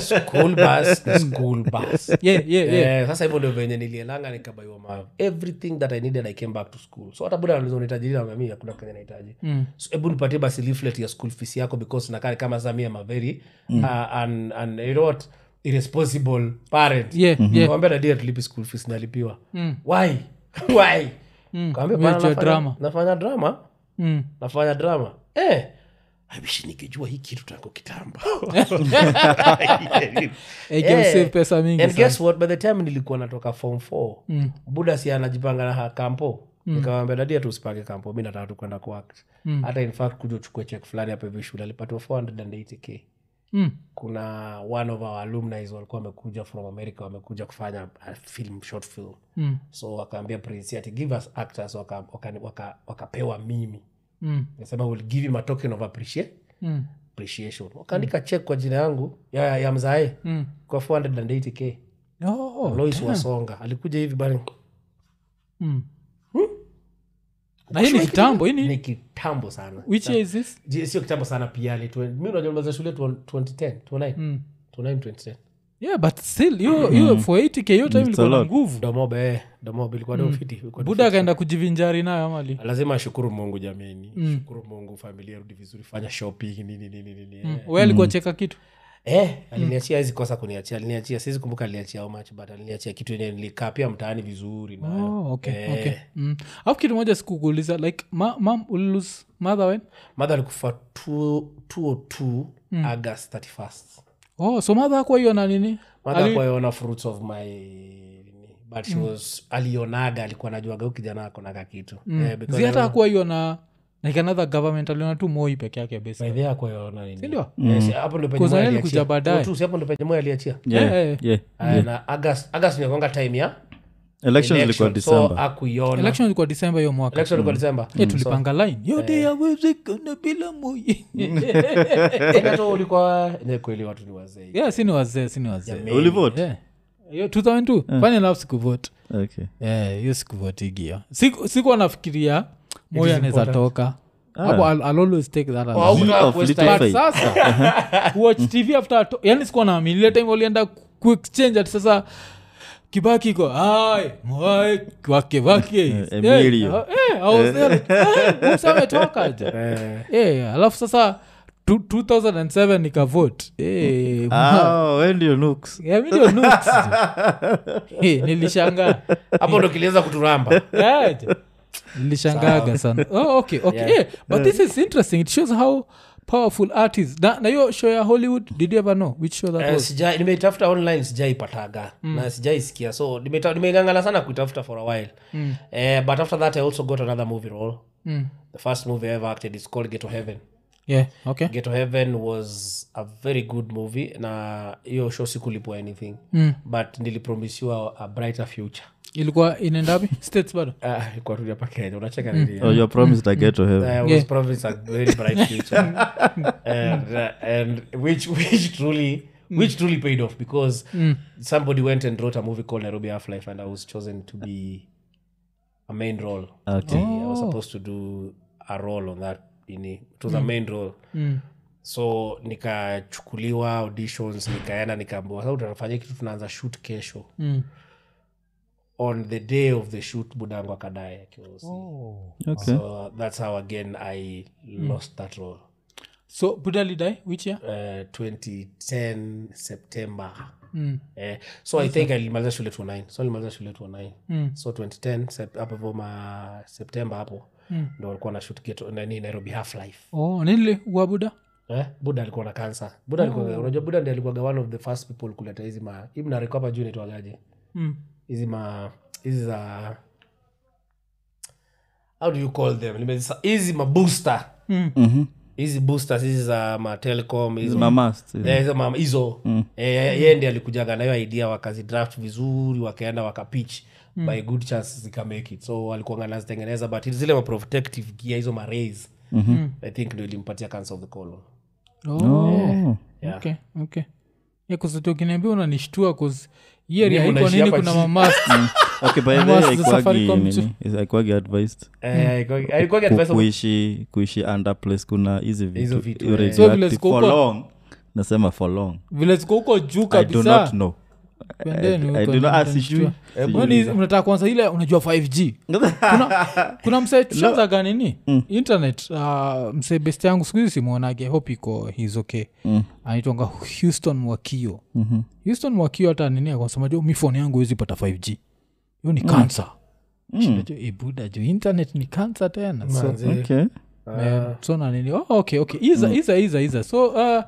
Speaker 1: school bus ni school bus
Speaker 3: Yeah, yeah, yeah.
Speaker 1: Eh, sasa hivyo ndio venye nilielanga nikabaiwa ma everything that i needed i came back to school so hata buda anauliza unahitaji nini? Naambia, "Mimi hakuna kenye nahitaji
Speaker 3: Mm.
Speaker 1: so hebu nipatie basi leaflet ya school fees yako because nakari kama sasa mi am a very
Speaker 3: Mm.
Speaker 1: uh, an, an, you know what irresponsible parent
Speaker 3: Yeah, yeah.
Speaker 1: Nikamwambia, "Daddy, hatulipi school fees nalipiwa why why Nikamwambia, "Bana,
Speaker 3: Mm. Major
Speaker 1: nafanya-
Speaker 3: drama."
Speaker 1: nafanya drama
Speaker 3: Mm.
Speaker 1: nafanya drama eh, i wish nikijua hii kitu tangu kitambo
Speaker 3: Ege usave Eh, pesa mingi
Speaker 1: Eh. and
Speaker 3: sana.
Speaker 1: guess what by the time nilikuwa natoka form four mm. buda si anajipanga na ha- kampo mm. nikawambia dadia tusipange kampo mi nataka tu kwenda kuact mm. hata in fact kuja uchukue chek fulani hapa hivi shule alipatiwa 480k
Speaker 3: Mm.
Speaker 1: kuna one of our alumnis walikuwa wamekuja from america wamekuja kufanya a film short film
Speaker 3: Mm.
Speaker 1: so wakaambia prince ati give us actors waka- waka- waka- wakapewa mimi
Speaker 3: Mm.
Speaker 1: nasema will give him a token of appreciate
Speaker 3: Mm.
Speaker 1: appreciation wakaandika check kwa jina yangu ya, ya, ya mzae
Speaker 3: Mm.
Speaker 1: kwa 480k
Speaker 3: Oh,
Speaker 1: lois
Speaker 3: damn.
Speaker 1: wasonga alikuja hivi bani
Speaker 3: Mm. na Ah, hii ni kitambo hii ni
Speaker 1: ni kitambo sana
Speaker 3: which year is this
Speaker 1: Je, sio kitambo sana pia ni twen- mi najamaliza shule twen- 2010 29
Speaker 3: Mm.
Speaker 1: 29 2010
Speaker 3: yeah but still
Speaker 1: Mm-hmm.
Speaker 3: hiyo hiyo for 80k hiyo time
Speaker 2: It's a
Speaker 3: ilikuwa na
Speaker 2: lot.
Speaker 3: nguvu
Speaker 1: domobe eh, domobe ilikuwa ndio
Speaker 3: Hmm.
Speaker 1: fiti ilikuwa ndio
Speaker 3: buda akaenda kujivinjari nayo Mm. amali
Speaker 1: fiti. lazima ashukuru mungu jameni
Speaker 3: Hmm.
Speaker 1: shukuru mungu familia rudi vizuri fanya shopping nini nini nini eh.
Speaker 3: we alikuwa cheka kitu
Speaker 1: eh
Speaker 3: Hmm.
Speaker 1: aliniachia hizi kosa kuniachia aliniachia siwezi kumbuka aliniachia how much but aliniachia kitu yenye nilikaa pia mtaani vizuri nayo
Speaker 3: oh, okay,
Speaker 1: Eh.
Speaker 3: okay. Mm. alafu kitu moja sikukuuliza like ma, mam ulilose mother when
Speaker 1: mother alikufa 2- 202
Speaker 3: Hmm.
Speaker 1: august 31st
Speaker 3: oh so mother akuwa hiyo na nini
Speaker 1: mother kwaona fruits of my nini, but
Speaker 3: Hmm.
Speaker 1: she was alionaga alikuwa najuaga huyu kijana akonaga kitu Eh, because
Speaker 3: zi hata akuwa hiyo na like another government aliona tu moi peke yake
Speaker 1: by
Speaker 3: basi
Speaker 1: there hakuwaona nini.
Speaker 3: sindio
Speaker 1: Eh, si- hapo ndo penye
Speaker 3: Because
Speaker 1: moyo
Speaker 3: na yeye alikuja
Speaker 1: aliachia. Oh,
Speaker 3: baadaye.
Speaker 1: Tu- tu, si hapo ndo penye moyo aliachia
Speaker 2: Yeah,
Speaker 3: Yeah.
Speaker 2: yeah.
Speaker 1: Aya, na august august inakuanga time ya
Speaker 2: elections ilikuwa
Speaker 1: election. so
Speaker 2: december
Speaker 1: akuiona
Speaker 3: election Eh, ilikuwa december hiyo mwaka
Speaker 1: election Eh. ilikuwa december
Speaker 3: ye tulipanga line yote yawezekana bila moi
Speaker 1: Mm. Wakati ulikuwa ni Eh, kweli watu ni wazee
Speaker 3: yeah sini wazee sini wazee
Speaker 2: ulivote
Speaker 3: Yeah. hiyo
Speaker 1: Eh.
Speaker 3: 2002 fani enough sikuvote
Speaker 2: okay.
Speaker 3: Eh, hiyo sikuvotigia sikuwa nafikiria moyo anaweza toka hapo I'll- I'll always take that as
Speaker 1: Ah. Oh, Au
Speaker 2: Zeal
Speaker 1: kutaka
Speaker 2: of
Speaker 1: kuwaste time.
Speaker 2: little faith.
Speaker 3: But sasa watch tv after to- yani sikuwa naamini ile time walienda kuexchange ati sasa kibaki iko ai mwai wake wake
Speaker 2: Emilio.
Speaker 3: Eh, eh, I was there like, eh, Musa ametoka aje. Eh, alafu sasa tu- 2007 nikavote Eh,
Speaker 2: Ah, we ndio Nooks.
Speaker 3: yeah, mi ndio nuts. Eh, nilishangaa
Speaker 1: hapo ndo kilianza kuturamba
Speaker 3: aje nilishangaga sana oh, okay, okay. Yeah. but this is interesting it shows how powerful art is na na hiyo show ya hollywood did you ever know which show that
Speaker 1: Eh,
Speaker 3: was
Speaker 1: sija- nimeitafuta online sijaipataga
Speaker 3: Mm.
Speaker 1: na sijaisikia so nimeita- nimeingangana sana kuitafuta for a while Eh, but after that i also got another movie role
Speaker 3: mm.
Speaker 1: the first movie i ever acted is called Ghetto heaven
Speaker 3: yeah okay
Speaker 1: Ghetto heaven was a very good movie na hiyo show sikulipwa anything
Speaker 3: Mm.
Speaker 1: but nilipromisiwa a brighter future
Speaker 3: ilikuwa inaendapi states bado
Speaker 1: Ah, ilikuwa tu hapa Kenya, unacheka
Speaker 3: Mm.
Speaker 1: nini?
Speaker 2: Oh, you are promised a ghetto heaven.
Speaker 1: I Uh, was
Speaker 3: Yeah.
Speaker 1: promised a very bright future. and, uh, and which which truly which
Speaker 3: Mm.
Speaker 1: truly paid off because somebody went and wrote a movie called Nairobi Half Life and I was chosen to be a main role.
Speaker 2: Okay.
Speaker 1: I was
Speaker 3: Oh.
Speaker 1: supposed to do a role on that in it. It was a main role.
Speaker 3: Mm.
Speaker 1: so nikachukuliwa auditions nikaenda nikaambiwa sasa tunafanya kitu tunaanza shoot kesho
Speaker 3: Mm.
Speaker 1: on the day of the shoot budangu akadae akiwa
Speaker 2: Okay.
Speaker 1: so that's how again i lost that role
Speaker 3: so buddha lidai which year
Speaker 1: uh, 2010 september
Speaker 3: mm.
Speaker 1: eh, so i think alimaliza shule 29 so alimaliza shule 29
Speaker 3: Mm.
Speaker 1: so 2010 sep- hapo hivyo ma septemba hapo
Speaker 3: Mm.
Speaker 1: ndo walikuwa na shoot Ghetto- nani nairobi half life
Speaker 3: oh nili wa buddha
Speaker 1: eh? buda alikuwa na kansa buda alikuwa unajua buda ndi alikuwaga one of the first people kuleta hizi ma imnarikapa juu naitwagaje
Speaker 3: mm.
Speaker 1: hizi ma hizi za how do you call them Nimezisa- hizi mabooster
Speaker 3: Mm.
Speaker 1: hizi boosters hizi za matelecom hizo
Speaker 2: Mamas, yeah.
Speaker 1: Eh, hizo mama- hizo Eh, yeye ndi alikujaga nayo idea wakazidraft vizuri wakaenda wakapitch by good chance zikamake it so alikuanga nazitengeneza but zile maprotective gear hizo marais i think ndo ilimpatia cancer of the colon
Speaker 3: oh.
Speaker 2: Oh.
Speaker 3: okay okay yeah, 'cause ati ukiniambia unanishtua cause hii area
Speaker 1: Mimi
Speaker 3: haiko
Speaker 1: naishi
Speaker 3: nini
Speaker 1: hapa
Speaker 3: kuna
Speaker 1: chini.
Speaker 3: mamasti
Speaker 2: Okay, by the way,
Speaker 3: Mamas za
Speaker 2: haikuagi
Speaker 3: Safaricom
Speaker 2: nini,
Speaker 3: tu.
Speaker 2: is- haikuagi advised
Speaker 3: Hmm.
Speaker 1: Eh, iko- alikuwa
Speaker 2: ku-
Speaker 1: advice-
Speaker 2: kuishi kuishi under place kuna hizi
Speaker 1: Hizo
Speaker 2: vitu
Speaker 1: vitu,
Speaker 2: you
Speaker 1: eh.
Speaker 2: raise
Speaker 3: So
Speaker 2: your
Speaker 3: vile
Speaker 2: active-
Speaker 3: ziko
Speaker 2: for
Speaker 3: huko-
Speaker 2: long nasema for long
Speaker 3: vile ziko huko juu
Speaker 2: i do not
Speaker 3: kabisa
Speaker 2: know
Speaker 3: Pendeni
Speaker 2: I- I
Speaker 3: huko
Speaker 2: do not- ah,
Speaker 3: ndio
Speaker 2: sijui.
Speaker 3: nishtua.
Speaker 2: Sijui.
Speaker 3: Kwani Yaani unataka kwanza ile unajua 5g kuna, kuna mseetuchazaga nini internet uh, msee best yangu sikuhizi simwonage hope iko hes okay mm. anaitwanga houston mwakio mm-hmm. houston mwakio hata nini akasemajo mi fone yangu wezi pata 5g hiyo ni kansa mm. ibuda juu internet ni kansa tena so,
Speaker 1: Manze.
Speaker 2: okay
Speaker 1: Ah.
Speaker 3: Man, so na nini oh, okay okay
Speaker 1: Mm.
Speaker 3: iza iza iza iza so uh,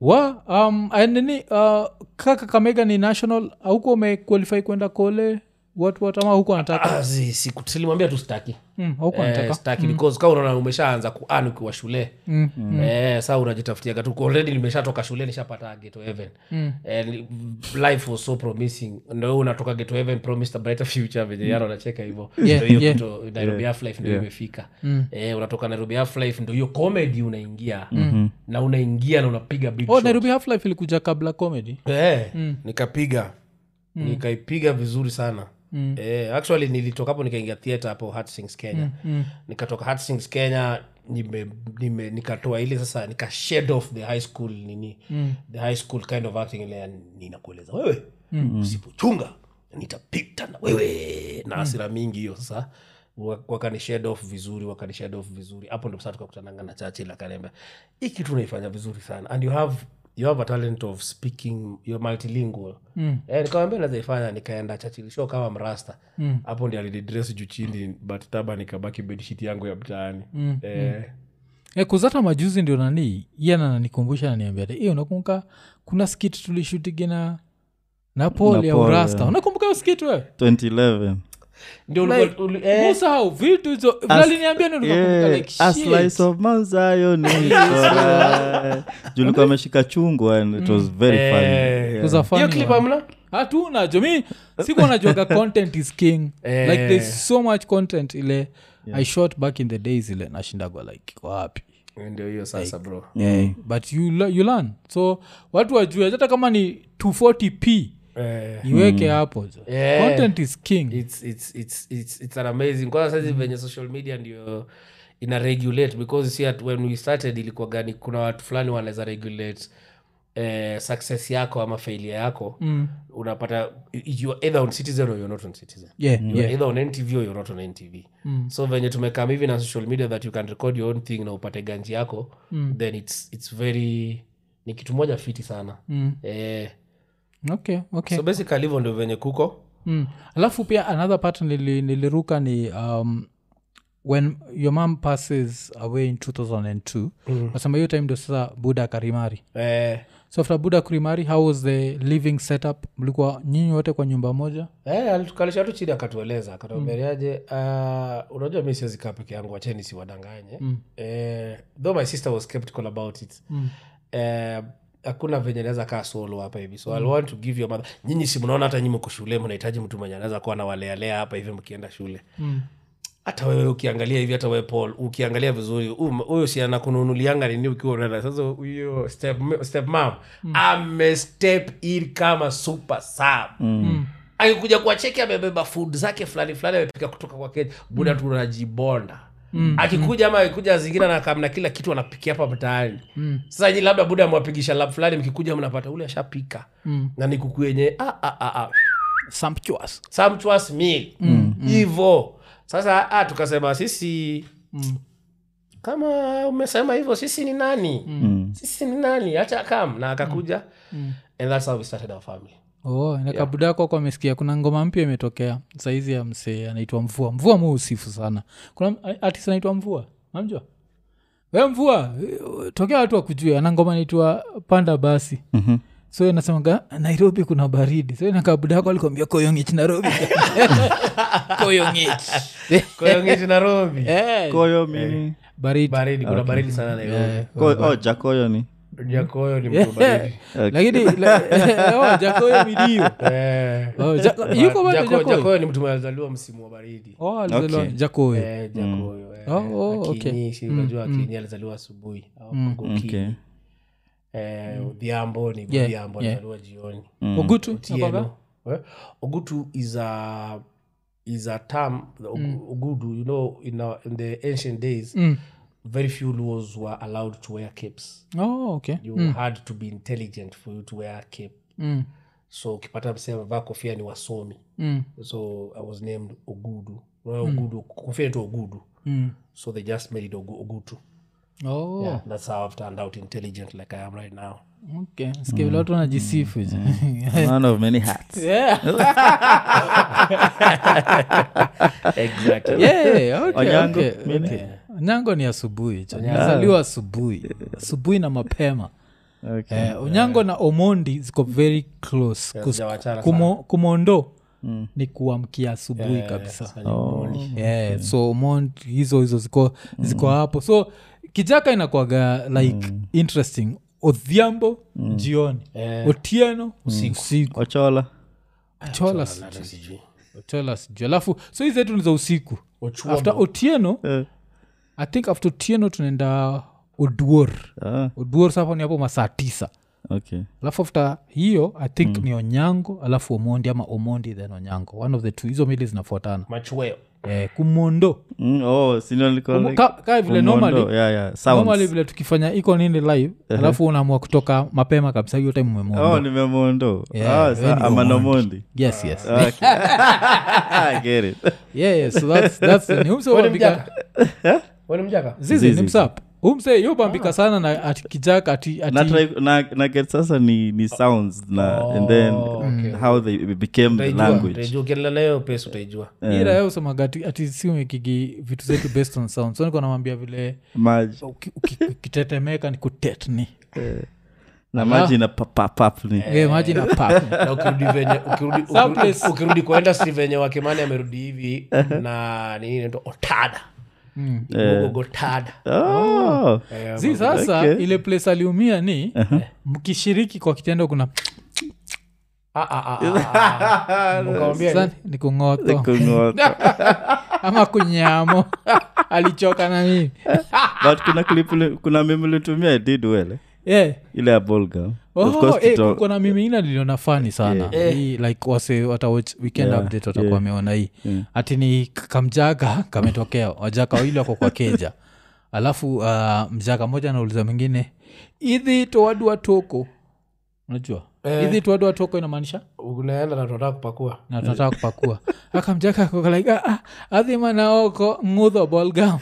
Speaker 3: wa um, ah, nini uh, kaka kamega ni national ah, huko umequalify kwenda kole what what ama huko anataka
Speaker 1: Ah, si- siku- silimwambia tu staki
Speaker 3: mm, huko
Speaker 1: Eh,
Speaker 3: anataka
Speaker 1: staki because kama unaona umeshaanza kuan ukiwa shule
Speaker 3: Hmm.
Speaker 1: eh, saa unajitafutiaga tu already nimeshatoka shule nishapata geto heaven
Speaker 3: Hmm.
Speaker 1: Eh, ni- life was so promising ndo unatoka geto heaven promised a brighter future venye yana unacheka hivo
Speaker 3: Yeah,
Speaker 1: Ndo hiyo
Speaker 3: yeah. Hmm.
Speaker 1: kitu nairobi half-life ndo imefika eh, unatoka nairobi half-life ndo hiyo comedy unaingia na unaingia na unapiga big
Speaker 3: Hmm. oh Hmm.
Speaker 1: shots.
Speaker 3: nairobi half-life ilikuja kabla comedy
Speaker 1: Eh, nikapiga nikaipiga vizuri sana Eh, actually nilitoka hapo nikaingia theatre hapo Hastings kenya nikatoka Hastings kenya nime, nime, nikatoa ile sasa nika shed off the high school nini the high school kind of acting ile ya ninakueleza wewe usipochunga nitapita na wewe na asira mingi hiyo sasa wa- wakanished off vizuri wakanished off vizuri hapo ndo sasa tukakutananga na chachil akalemba hii kitu unaifanya vizuri sana and you have you have a talent of speaking you're multilingual mm. eh, nikawambia nazaifanya nikaenda chachil show kama mrasta hapo mm. ndi alididres juu chini but taba nikabaki bedshit yangu ya mtaani mm. eh,
Speaker 3: Eh, kuzata majuzi ndio nani yana nanikumbusha naniambia hiyo "Eh, unakumbuka kuna skit tulishutige na na pol ya
Speaker 2: Paul,
Speaker 3: urasta
Speaker 2: yeah.
Speaker 3: unakumbuka hiyo skit wewe
Speaker 2: 2011
Speaker 1: ndio
Speaker 3: Like,
Speaker 1: ulikuwa- uli- eh,
Speaker 3: usahau vitu hizo aliniambia
Speaker 2: Yeah, a slice of Mount Zion is alright. Juu ulikuwa ameshika chungwa and it was very funny.
Speaker 1: eh,
Speaker 3: was a funny
Speaker 1: hiyo clip
Speaker 3: one.
Speaker 1: hamna
Speaker 3: hatuna jomi siku najuaga content is king
Speaker 1: Eh.
Speaker 3: like there's so much content ile i shot back in the days ile nashindagwa like iko wapi
Speaker 1: Eh, ndio hiyo sasa bro
Speaker 2: Yeah.
Speaker 3: but you, le- you learn so watu wajue hata kama ni 240p
Speaker 1: eh,
Speaker 3: iweke hapo jo.
Speaker 1: Yeah.
Speaker 3: content is king
Speaker 1: it's, it's, it's, it's, it's an amazing kwanza saizi venye social media ndio ina regulate because see at when we started ilikuwa gani kuna watu fulani wanaweza regulate eh, success yako ama failure yako mm. unapata you are either on citizen or you're not on citizen
Speaker 3: yeah,
Speaker 1: You are either on ntv or you're not on ntv mm. so venye tumekam hivi na social media that you can record your own thing na upate ganji yako mm. then it's, it's very ni kitu moja fiti sana mm. eh,
Speaker 3: okay okay
Speaker 1: so basically hivyo ndo venye kuko
Speaker 3: mm. alafu pia another part nili, niliruka ni um, when your mom passes away in 2002 mm. nasema hiyo time ndio sasa buda akarimari
Speaker 1: eh,
Speaker 3: so after buda kurimari how was the living setup mlikuwa nyinyi wote kwa nyumba moja
Speaker 1: Eh, alitukalisha tu chini akatueleza akatuambeliaje uh, unajua mi siwezi kaa peke yangu wacheni siwadanganye mm. eh, though my sister was skeptical about it mm. eh, hakuna venye naweza kaa solo hapa hivi so mm. I want to give your mother nyinyi si mnaona hata nyinyi mko shule mnahitaji mtu mwenye anaweza kuwa nawalealea hapa hivi mkienda shule mm hata wewe ukiangalia hivi hata wewe paul ukiangalia vizuri um, huyo si anakununulianga nini ukiwa unaenda sasa huyo step, step mam mm. amestep in kama super sub mm. akikuja kwa cheki amebeba food zake fulani fulani amepika kutoka kwa kenya buda mm. tunajibonda Mm, akikuja ama akikuja zingine nakamna kila kitu anapikia hapa mtaani mm. sasa nyi labda buda amewapigisha lab fulani mkikuja mnapata ule ashapika mm. na ni kuku yenye ah, ah, ah, ah
Speaker 3: sumptuous
Speaker 1: sumptuous meal
Speaker 3: Mm,
Speaker 1: hivo sasa ah, tukasema sisi
Speaker 3: Mm.
Speaker 1: kama umesema hivyo sisi ni nani mm. sisi ni nani acha kam na akakuja mm. and that's how we started our family
Speaker 3: oh, nakabuda yeah. kwako amesikia kuna ngoma mpya imetokea saizi ya msee anaitwa mvua mvua mu usifu sana kuna artist anaitwa mvua namjua we mvua eh, tokea watu wakujue ana ngoma anaitwa panda basi mm-hmm so nasemaga nairobi kuna baridi so nakabudako alikuambia koyongich nairobi koyongich
Speaker 1: kwa hiyo ngizi nairobi
Speaker 3: Eh,
Speaker 2: Koyo mini.
Speaker 3: baridi
Speaker 1: baridi kuna baridi sana nairobi
Speaker 2: Ko- oh, Jakoyo ni.
Speaker 1: jakoyo ni mtu baridi
Speaker 3: lakini oh, jakoyo midio
Speaker 1: Eh,
Speaker 3: Oh, Jako-
Speaker 1: Ja-
Speaker 3: yuko bado
Speaker 1: Jako-
Speaker 3: Jakoyo?
Speaker 1: jakoyo ni mtu mwezaliwa msimu wa baridi
Speaker 3: Oh, alizaliwa
Speaker 2: Okay.
Speaker 3: jakoyo
Speaker 1: Eh, jakoyo eh,
Speaker 3: Oh, oh, okay. mm.
Speaker 1: Akinyi, si unajua akinyi alizaliwa asubuhi au Gokinyi.
Speaker 2: Okay.
Speaker 1: Eh, odhiambo ni
Speaker 3: Yeah,
Speaker 1: odhiambo
Speaker 3: yeah.
Speaker 1: alizaliwa jioni
Speaker 3: ogutu nakwambia?
Speaker 1: Tieno. Eh, ogutu is a is a term the Og-
Speaker 3: Mm.
Speaker 1: ogudu you know in, our, in the ancient days very few laws were allowed to wear capes
Speaker 3: Oh, okay.
Speaker 1: you had to be intelligent for you to wear a cape
Speaker 3: Mm,
Speaker 1: so ukipata msee amevaa kofia ni wasomi
Speaker 3: mm,
Speaker 1: so i was named ogudu Well, ogudu kofia inaitwa ogudu
Speaker 3: mm.
Speaker 1: so they just made it Ogu- ogutu
Speaker 3: Oh,
Speaker 1: yeah, that's how i've turned out intelligent like i am right now
Speaker 3: okay. Sikia vile watu wanajisifu hizi.
Speaker 1: Mm.
Speaker 2: Man of many hats.
Speaker 3: Yeah.
Speaker 1: exactly
Speaker 3: Yeah, okay,
Speaker 2: Onyango,
Speaker 3: okay,
Speaker 2: mimi.
Speaker 3: okay. onyango ni asubuhi chalizaliwa asubuhi asubuhi na mapema
Speaker 2: Okay.
Speaker 3: eh, onyango na omondi ziko very close Kus-
Speaker 1: Hazijawachana
Speaker 3: kumo, kumondo
Speaker 1: Mm.
Speaker 3: ni kuamkia asubuhi kabisa
Speaker 2: Oh, Mm.
Speaker 3: yeah, so mont hizo hizo ziko ziko hapo so kijaka inakwaga like
Speaker 2: Mm.
Speaker 3: interesting odhiambo jioni
Speaker 2: Mm.
Speaker 3: otieno usiku Ah,
Speaker 2: ochola
Speaker 3: Ochola sijui. Ochola sijui alafu so hizi zetu ni za usiku
Speaker 1: Ochua
Speaker 3: after otieno
Speaker 2: Eh.
Speaker 3: i think after otieno tunaenda oduor
Speaker 2: Ah,
Speaker 3: oduor sapo ni hapo masaa tisa
Speaker 2: okay.
Speaker 3: alafu after hiyo i
Speaker 2: Mm.
Speaker 3: think ni onyango alafu omondi ama omondi then onyango one of the two hizo mili zinafuatana
Speaker 1: machweo
Speaker 3: eh, kumondo
Speaker 2: Mm, oh, si ndio nilikuwa
Speaker 3: Kumo-
Speaker 2: like-
Speaker 3: ka- ka vile
Speaker 2: Kumondo,
Speaker 3: normally
Speaker 2: yeah, yeah, sounds.
Speaker 3: normally vile tukifanya iko nini live alafu unaamua kutoka mapema kabisa hiyo time umemuondoa.
Speaker 2: oh, nimemondo
Speaker 3: Yeah,
Speaker 2: Ah,
Speaker 3: wewe
Speaker 2: sa-
Speaker 3: ni
Speaker 2: amanamondi
Speaker 3: yes yes
Speaker 2: I get it.
Speaker 3: yeah, yeah, so that's, that's the new mse
Speaker 1: Wewe ni
Speaker 3: wabika-
Speaker 1: mjaka? Wewe ni mjaka
Speaker 3: zizi ni msap umse
Speaker 1: Ah.
Speaker 3: yobambika sana na ati kijaka ati,
Speaker 2: Na
Speaker 3: ati
Speaker 2: try- na na get sasa ni, ni sounds na and then
Speaker 3: Oh,
Speaker 2: how they became the
Speaker 1: Utaijua,
Speaker 2: language
Speaker 1: utaijua ukiendelea na hiyo pesa utaijua
Speaker 3: ila yeye usemaga ati, ati si umekigi vitu zetu based on sound so niko namwambia vile
Speaker 2: maji
Speaker 3: uki- uki- ukitetemeka ni kutetni
Speaker 2: na maji na papapapni
Speaker 3: Uh-huh. yeah. maji na pap
Speaker 1: na ukirudi venye ukirudi,
Speaker 3: Some
Speaker 1: ukirudi,
Speaker 3: place.
Speaker 1: ukirudi kwa industry venye wakimani amerudi hivi na nini inaitwa otada ogogotada
Speaker 2: oh.
Speaker 3: zi sasa
Speaker 2: Okay.
Speaker 3: ile place aliumia ni mkishiriki kwa kitendo kuna
Speaker 1: Ah, ukamwambia
Speaker 3: Sasa ni kung'oa to.
Speaker 2: Kung'oka.
Speaker 3: ama kunyamo alichoka na mimi
Speaker 2: but kuna clip ile- kuna meme ulitumia I did well eh?
Speaker 3: yeah.
Speaker 2: ile ya Bolga. Of course
Speaker 3: Oh, eh,
Speaker 2: tuta- Eh.
Speaker 3: kulikuwa na mimi ina niliona fani sana hii like wase watawatch weekend
Speaker 2: Yeah,
Speaker 3: update watakuwa
Speaker 2: yeah.
Speaker 3: wameona hii ati ni k- kamjaga kametokea wajaka wawili wako kwa keja alafu uh, mjaga moja anauliza mwingine idhi towadua toko unajua
Speaker 2: Eh.
Speaker 3: idhi towadua toko inamaanisha
Speaker 1: unaenda na tunataka kupakua
Speaker 3: na tunataka kupakua akamjaka like ah, ah, adhima naoko ngudho bolgam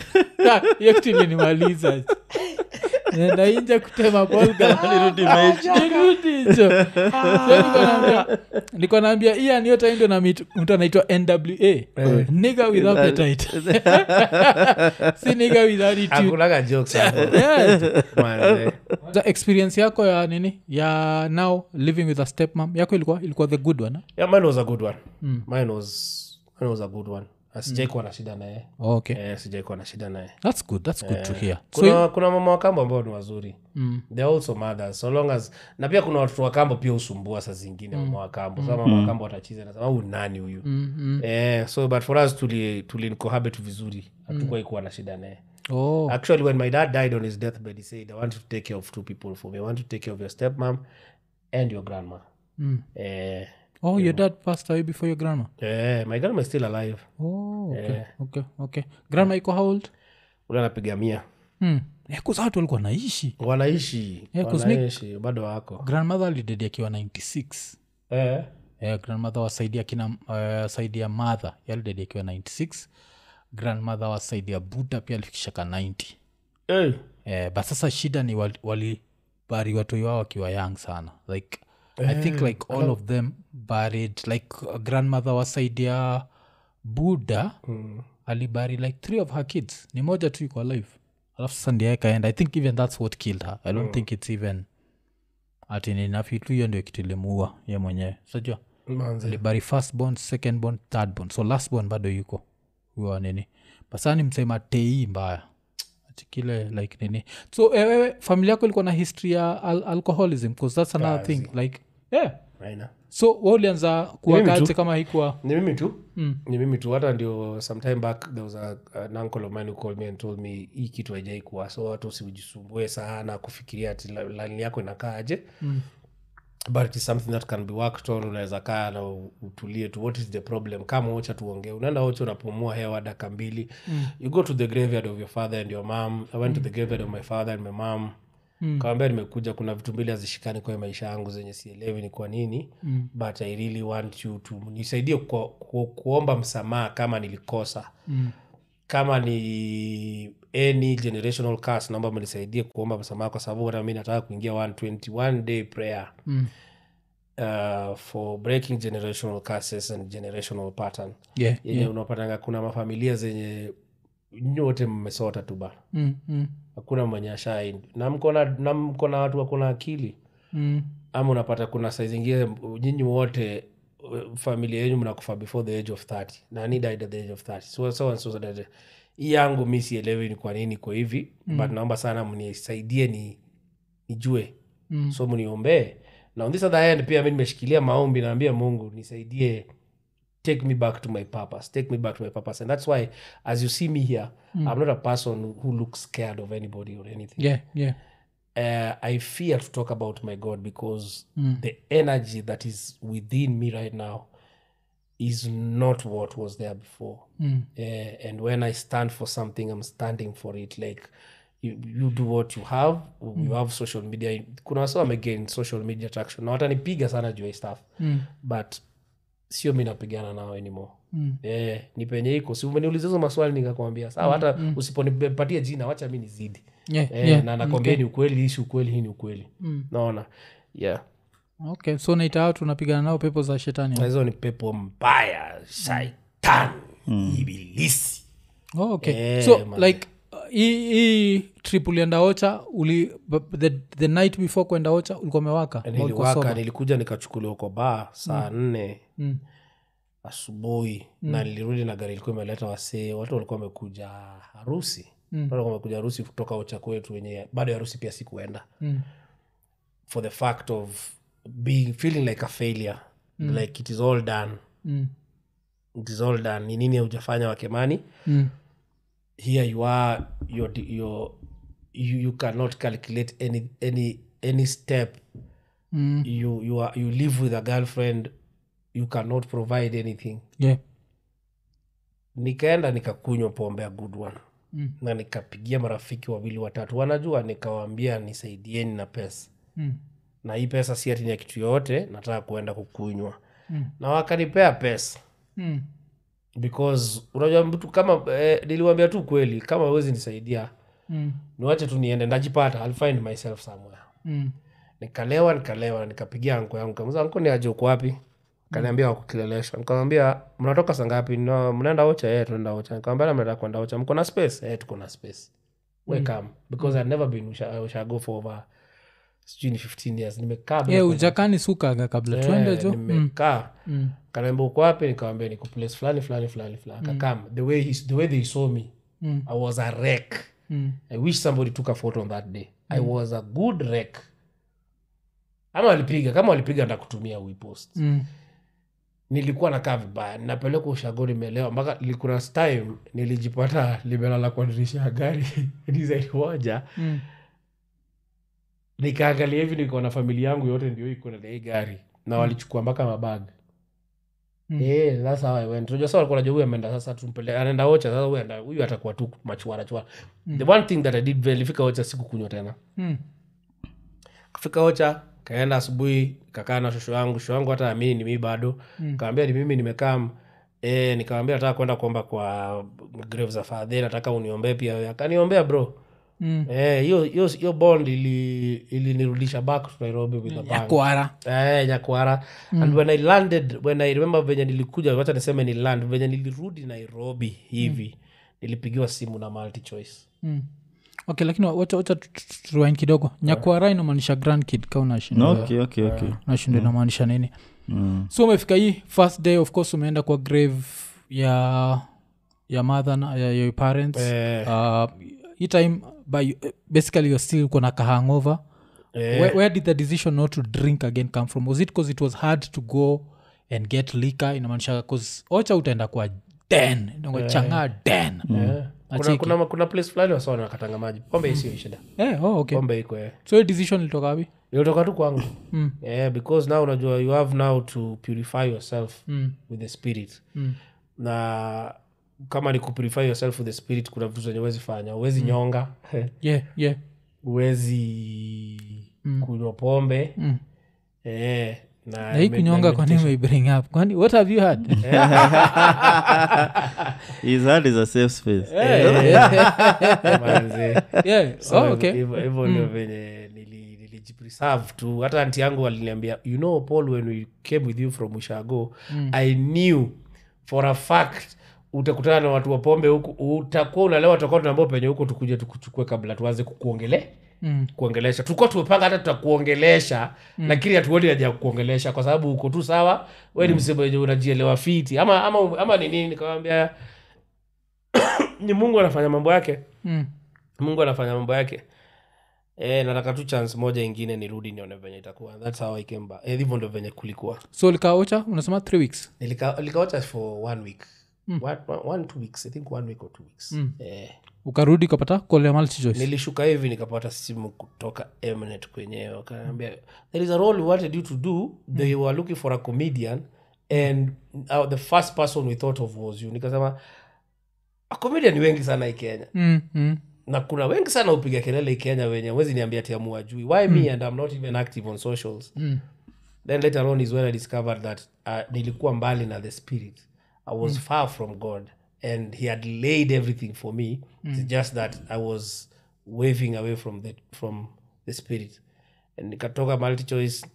Speaker 3: Ah, hiyo kitu ilinimaliza nenda inje kutema bolgam nirudi hicho So niko naambia- niko naambia iya niyotaindio na mit- mtu anaitwa nwa niga with appetite si niga with attitude
Speaker 1: hakulaga jokes hapo, eh.
Speaker 3: Yeah.
Speaker 1: manze.
Speaker 3: The experience yako ya nini ya now living with a stepmom yako ilikuwa ilikuwa the good one eh?
Speaker 1: Yeah, mine was a good one mine was mine was a good one asijaikuwa na shida naye
Speaker 3: okay
Speaker 1: Eh, sijaikuwa na shida naye
Speaker 3: that's good that's good to hear
Speaker 1: kuna, kuna mama wakambo ambao ni wazuri mm. they are also mothers so long as na pia kuna watoto wakambo pia usumbua saa
Speaker 3: Mm.
Speaker 1: zingine mama wakambo sa mama wakambo watachiza nasema huu ni nani huyu mm, eh, so but for us tuli, tuli incohabit vizuri hatukuwa ikuwa na shida naye
Speaker 3: Mm. oh.
Speaker 1: actually when my dad died on his deathbed he said i want to take care of two people for me i want to take care of your stepmom and your grandma
Speaker 3: Mm.
Speaker 1: eh,
Speaker 3: Oh, your dad passed away before your grandma.
Speaker 1: eh, my grandma is still alive
Speaker 3: Oh, okay, okay, okay. Grandma iko how old?
Speaker 1: ule anapiga mia
Speaker 3: Hmm. Eh, 'cause watu walikuwa naishi.
Speaker 1: wanaishi
Speaker 3: Yeah, 'cause Nick-
Speaker 1: wanaishi bado wako
Speaker 3: Grandmother alidedi akiwa 96.
Speaker 1: eh,
Speaker 3: Eh, grandmother wasaidia kina uh, saidi ya mother yalidedi akiwa 96. Grandmother wasaidi ya Buddha pia alifikisha ka 90.
Speaker 1: eh,
Speaker 3: Eh, but sasa shida ni wal- walibari watoi wao wakiwa young sana. Like I think like all of them buried like uh, grandmother wasaidia Buddha
Speaker 1: mm.
Speaker 3: alibari like three of her kids ni moja tu iko alive alafu sasa ndiye akaenda i think even that's what killed her i don't think it's even ati ninafitu hiyo ndio kitu ilimuua ye mwenyewe sajua
Speaker 1: manze
Speaker 3: alibari first born second born third born so last born bado yuko huwa nini basa ni msema tei mbaya Ati kile like nini so eh, wewe familia yako ilikuwa na history ya al- alcoholism bcause that's another thing like yeah
Speaker 1: Aina.
Speaker 3: so wa ulianza kuwakati kama hikuwa
Speaker 1: ni mimi tu mm. ni mimi tu hata ndio sometime back there was a, an uncle of mine who called me and told me hii kitu haijai kuwa so watu usijisumbue sana kufikiria ati la- laini yako inakaaje mm but it's something that can be worked on unaweza kaa na u- utulie tu what is the problem kama wacha tuongee unaenda wacha unapumua hewa daka mbili mm. you go to the graveyard of your father and your mom i went to the graveyard of my father and my mom mm. kawambia nimekuja kuna vitu mbili hazishikani kwa maisha yangu zenye sielewi ni kwa nini mm. but i really want you to nisaidie ku, ku, kuomba msamaha kama nilikosa mm kama ni any generational curse naomba mnisaidie kuomba msamaha kwa sababu hata mi nataka kuingia 121 day prayer mm uh, for breaking generational curses and generational pattern
Speaker 3: yeah,
Speaker 1: yenye unapatanga kuna mafamilia zenye nyote mmesota tu bana
Speaker 3: mm, mm,
Speaker 1: hakuna mwenye ashai na mkona na mkona watu wakona akili
Speaker 3: mm.
Speaker 1: ama unapata kuna saa zingine nyinyi wote uh, familia yenyu mnakufa before the age of 30 nani died at the age of 30 so, so, and so, so, that- hii yangu mi sielewi ni kwa nini iko hivi mm. but naomba sana mnisaidie ni nijue
Speaker 3: Mm.
Speaker 1: so mniombee na on this other hand pia mi nimeshikilia maombi naambia mungu nisaidie take me back to my purpose take me back to my purpose and that's why as you see me here mm. i'm not a person who looks scared of anybody or anything
Speaker 3: yeah yeah
Speaker 1: uh, I fear to talk about my God because
Speaker 3: Mm.
Speaker 1: the energy that is within me right now is not what was there before.
Speaker 3: Mm.
Speaker 1: Uh, and when I stand for something, I'm standing for it. Like you, you do what you have. You have social media. Kuna wasa wamegain social media traction. Na watanipiga sana juu ya hii stuff.
Speaker 3: Mm.
Speaker 1: But sio mi napigana nao anymore mm. eh, ni penye iko si umeniuliza hizo maswali nikakwambia sawa hata mm. usiponipatia jina wacha mi nizidi
Speaker 3: Yeah,
Speaker 1: eh,
Speaker 3: yeah, Mm,
Speaker 1: na nakwambia ni ukweli hii si ukweli hii ni ukweli mm. naona yeah
Speaker 3: okay so naita watu unapigana nao pepo za shetani
Speaker 1: Na hizo ni pepo mbaya shaitani ibilisi
Speaker 3: oh, okay
Speaker 1: Eh,
Speaker 3: so
Speaker 1: man.
Speaker 3: like uh, hii hii trip ulienda ocha uli bu- bu- the, the night before kwenda ocha ulikuwa umewaka Ama ulikuwa
Speaker 1: Eh, niliwaka
Speaker 3: sober?
Speaker 1: nilikuja nikachukuliwa kwa baa saa nne asubuhi na nilirudi na gari ilikuwa imeleta wasee watu walikuwa wamekuja harusi mm. walikuwa wamekuja harusi kutoka ucha kwetu wenye bado ya harusi pia sikuenda
Speaker 3: Mm.
Speaker 1: for the fact of being feeling like a failure mm. like it is all done
Speaker 3: Mm,
Speaker 1: it is all done ni nini hujafanya wakemani
Speaker 3: mm,
Speaker 1: here you are you're, d- you're, you, you cannot calculate any, any, any step
Speaker 3: mm,
Speaker 1: you, you, are, you live with a girlfriend you cannot provide anything
Speaker 3: yeah.
Speaker 1: nikaenda nikakunywa pombe ya good one
Speaker 3: Mm.
Speaker 1: na nikapigia marafiki wawili watatu wanajua nikawaambia nisaidieni na pesa
Speaker 3: Mm,
Speaker 1: na hii pesa si ati ni ya kitu yoyote nataka kuenda kukunywa
Speaker 3: Mm.
Speaker 1: na wakanipea pesa
Speaker 3: mm,
Speaker 1: because unajua mtu kama eh, niliwambia tu kweli kama wezi nisaidia
Speaker 3: mm,
Speaker 1: niwache tu niende ndajipata I'll find myself somewhere
Speaker 3: mm,
Speaker 1: nikalewa nikalewa nikapigia anko yangu kamuza anko ni aje uko wapi kaniambia wako kileleshwa nikamwambia mnatoka saa ngapi no, mnaenda ocha eh tunaenda ocha nikamwambia mnataka kwenda ocha mko na space eh tuko na space we come because I've never been usha, usha go for over sijui ni 15 years nimekaa bila
Speaker 3: yeah,
Speaker 1: kwenda-
Speaker 3: ujakani sukaga kabla
Speaker 1: Eh,
Speaker 3: tuende jo mm,
Speaker 1: nimekaa
Speaker 3: mm,
Speaker 1: kanaambia uko wapi nikamwambia niko place fulani fulani fulani fulani akakam the way he, the way they saw me
Speaker 3: Mm.
Speaker 1: i was a wreck
Speaker 3: mm,
Speaker 1: i wish somebody took a photo on that day i was a good wreck ama walipiga kama walipiga ndakutumia wipost
Speaker 3: mm,
Speaker 1: nilikuwa nakaa vibaya napelekwa ushago nimelewa mpaka kuna time nilijipata limelala kwa dirisha ya gari dizaini moja
Speaker 3: mm,
Speaker 1: nikaangalia hivi nikaona familia yangu yote ndio iko na hii gari na walichukua mpaka mabag
Speaker 3: Mm.
Speaker 1: Eh, that's how I went. Unajua sasa walikuwa wanajua huyu ameenda sasa tumpele anaenda ocha sasa huyu anaenda- huyu atakuwa tu machuara chuara. The one thing that I did well nilifika ocha sikukunywa tena.
Speaker 3: mm,
Speaker 1: Kafika ocha kaenda asubuhi kakaa na shosho yangu, shosho yangu hata amini ni mimi bado. Mm. Kaambia ni mimi nimekam eh nikamwambia nataka kwenda kuomba kwa grave za father nataka uniombee pia wewe. Akaniombea bro.
Speaker 3: mm.
Speaker 1: Eh, hiyo hiyo hiyo bond ili ilinirudisha back to Nairobi with a bang.
Speaker 3: kwara
Speaker 1: Eh, nyakwara mm. and when i landed when i remember venye nilikuja wacha niseme ni land venye nilirudi nairobi hivi mm. nilipigiwa simu na multi choice
Speaker 3: mm. okay lakini wacha wacha tu- tu- tu- tuwain kidogo nyakuara inamaanisha grand kid ka unashinda
Speaker 2: No, okay, okay, okay.
Speaker 3: nashindwa inamaanisha nini
Speaker 2: Mm.
Speaker 3: so umefika hii first day of course umeenda kwa grave ya ya mother na ya your parents
Speaker 1: Eh.
Speaker 3: uh, hii time by, basically you're still uko na kahangova
Speaker 1: Eh.
Speaker 3: where, where did the decision not to drink again come from was it because it was hard to go and get liquor inamaanisha cause ocha utaenda kwa den yeah. changaa den
Speaker 1: Eh, kuna,
Speaker 3: Acheki.
Speaker 1: kuna, kuna place fulani wasawa nakatanga maji pombe isiyo shida
Speaker 3: Eh, oh, okay.
Speaker 1: pombe iko eh.
Speaker 3: so hiyo decision ilitoka wapi
Speaker 1: ilitoka tu kwangu
Speaker 3: Mm.
Speaker 1: yeah, because now unajua you have now to purify yourself
Speaker 3: Mm.
Speaker 1: with the spirit na kama ni kupurify yourself with the spirit kuna vitu zenye uwezi fanya uwezi
Speaker 3: Mm.
Speaker 1: nyonga
Speaker 3: yeah, yeah.
Speaker 1: uwezi kunywa pombe
Speaker 3: Mm.
Speaker 1: eh, na
Speaker 3: na hii
Speaker 1: ime-
Speaker 3: kunyonga
Speaker 1: na
Speaker 3: kwani umeibring up kwani what have you had
Speaker 2: His heart is a safe space.
Speaker 3: Eh.
Speaker 1: ime- Eh, manze.
Speaker 3: yeah.
Speaker 1: So,
Speaker 3: oh, okay.
Speaker 1: hivyo- hivyo ndio venye nili- nilijipreserve tu hata anti yangu aliniambia you know
Speaker 3: Mm.
Speaker 1: paul when we came with you from ushago i knew for a fact utakutana na watu wa pombe huku utakuwa unalewa utakuwa tunaambao penye huku tukuje tukuchukue kabla tuanze kukuongele
Speaker 3: Mm.
Speaker 1: kuongelesha tulikuwa tumepanga hata tutakuongelesha lakini hatuoni haja ya kukuongelesha kwa sababu uko tu sawa we ni
Speaker 3: Mm.
Speaker 1: msemo wenye unajielewa fiti ama ama, ama ni nini nikawambia ni mungu anafanya mambo yake
Speaker 3: Mm.
Speaker 1: mungu anafanya mambo yake e, nataka tu chance moja ingine nirudi nione venye itakuwa thats how i came back Eh, hivyo ndo venye kulikuwa
Speaker 3: so likaocha unasema three weeks
Speaker 1: Nilika- nilikaocha for one week one, one, one two weeks i think one week or two weeks eh,
Speaker 3: ukarudi ukapata kole multichoice
Speaker 1: nilishuka hivi nikapata simu kutoka mnet kwenyewe wakaniambia there is a role we wanted you to do they were looking for a comedian and uh, the first person we thought of was you nikasema "A comedian ni wengi sana hii kenya
Speaker 3: mm, mm,
Speaker 1: na kuna wengi sana upiga kelele hii kenya wenye wezi niambia tiamua jui why me and i'm not even active on socials
Speaker 3: mm,
Speaker 1: then later on is when i discovered that uh, nilikuwa mbali na the spirit i
Speaker 3: Mm.
Speaker 1: was far from god and he had laid everything for me
Speaker 3: Mm.
Speaker 1: it's just that i was waving away from the, from the spirit and nikatoka multi choice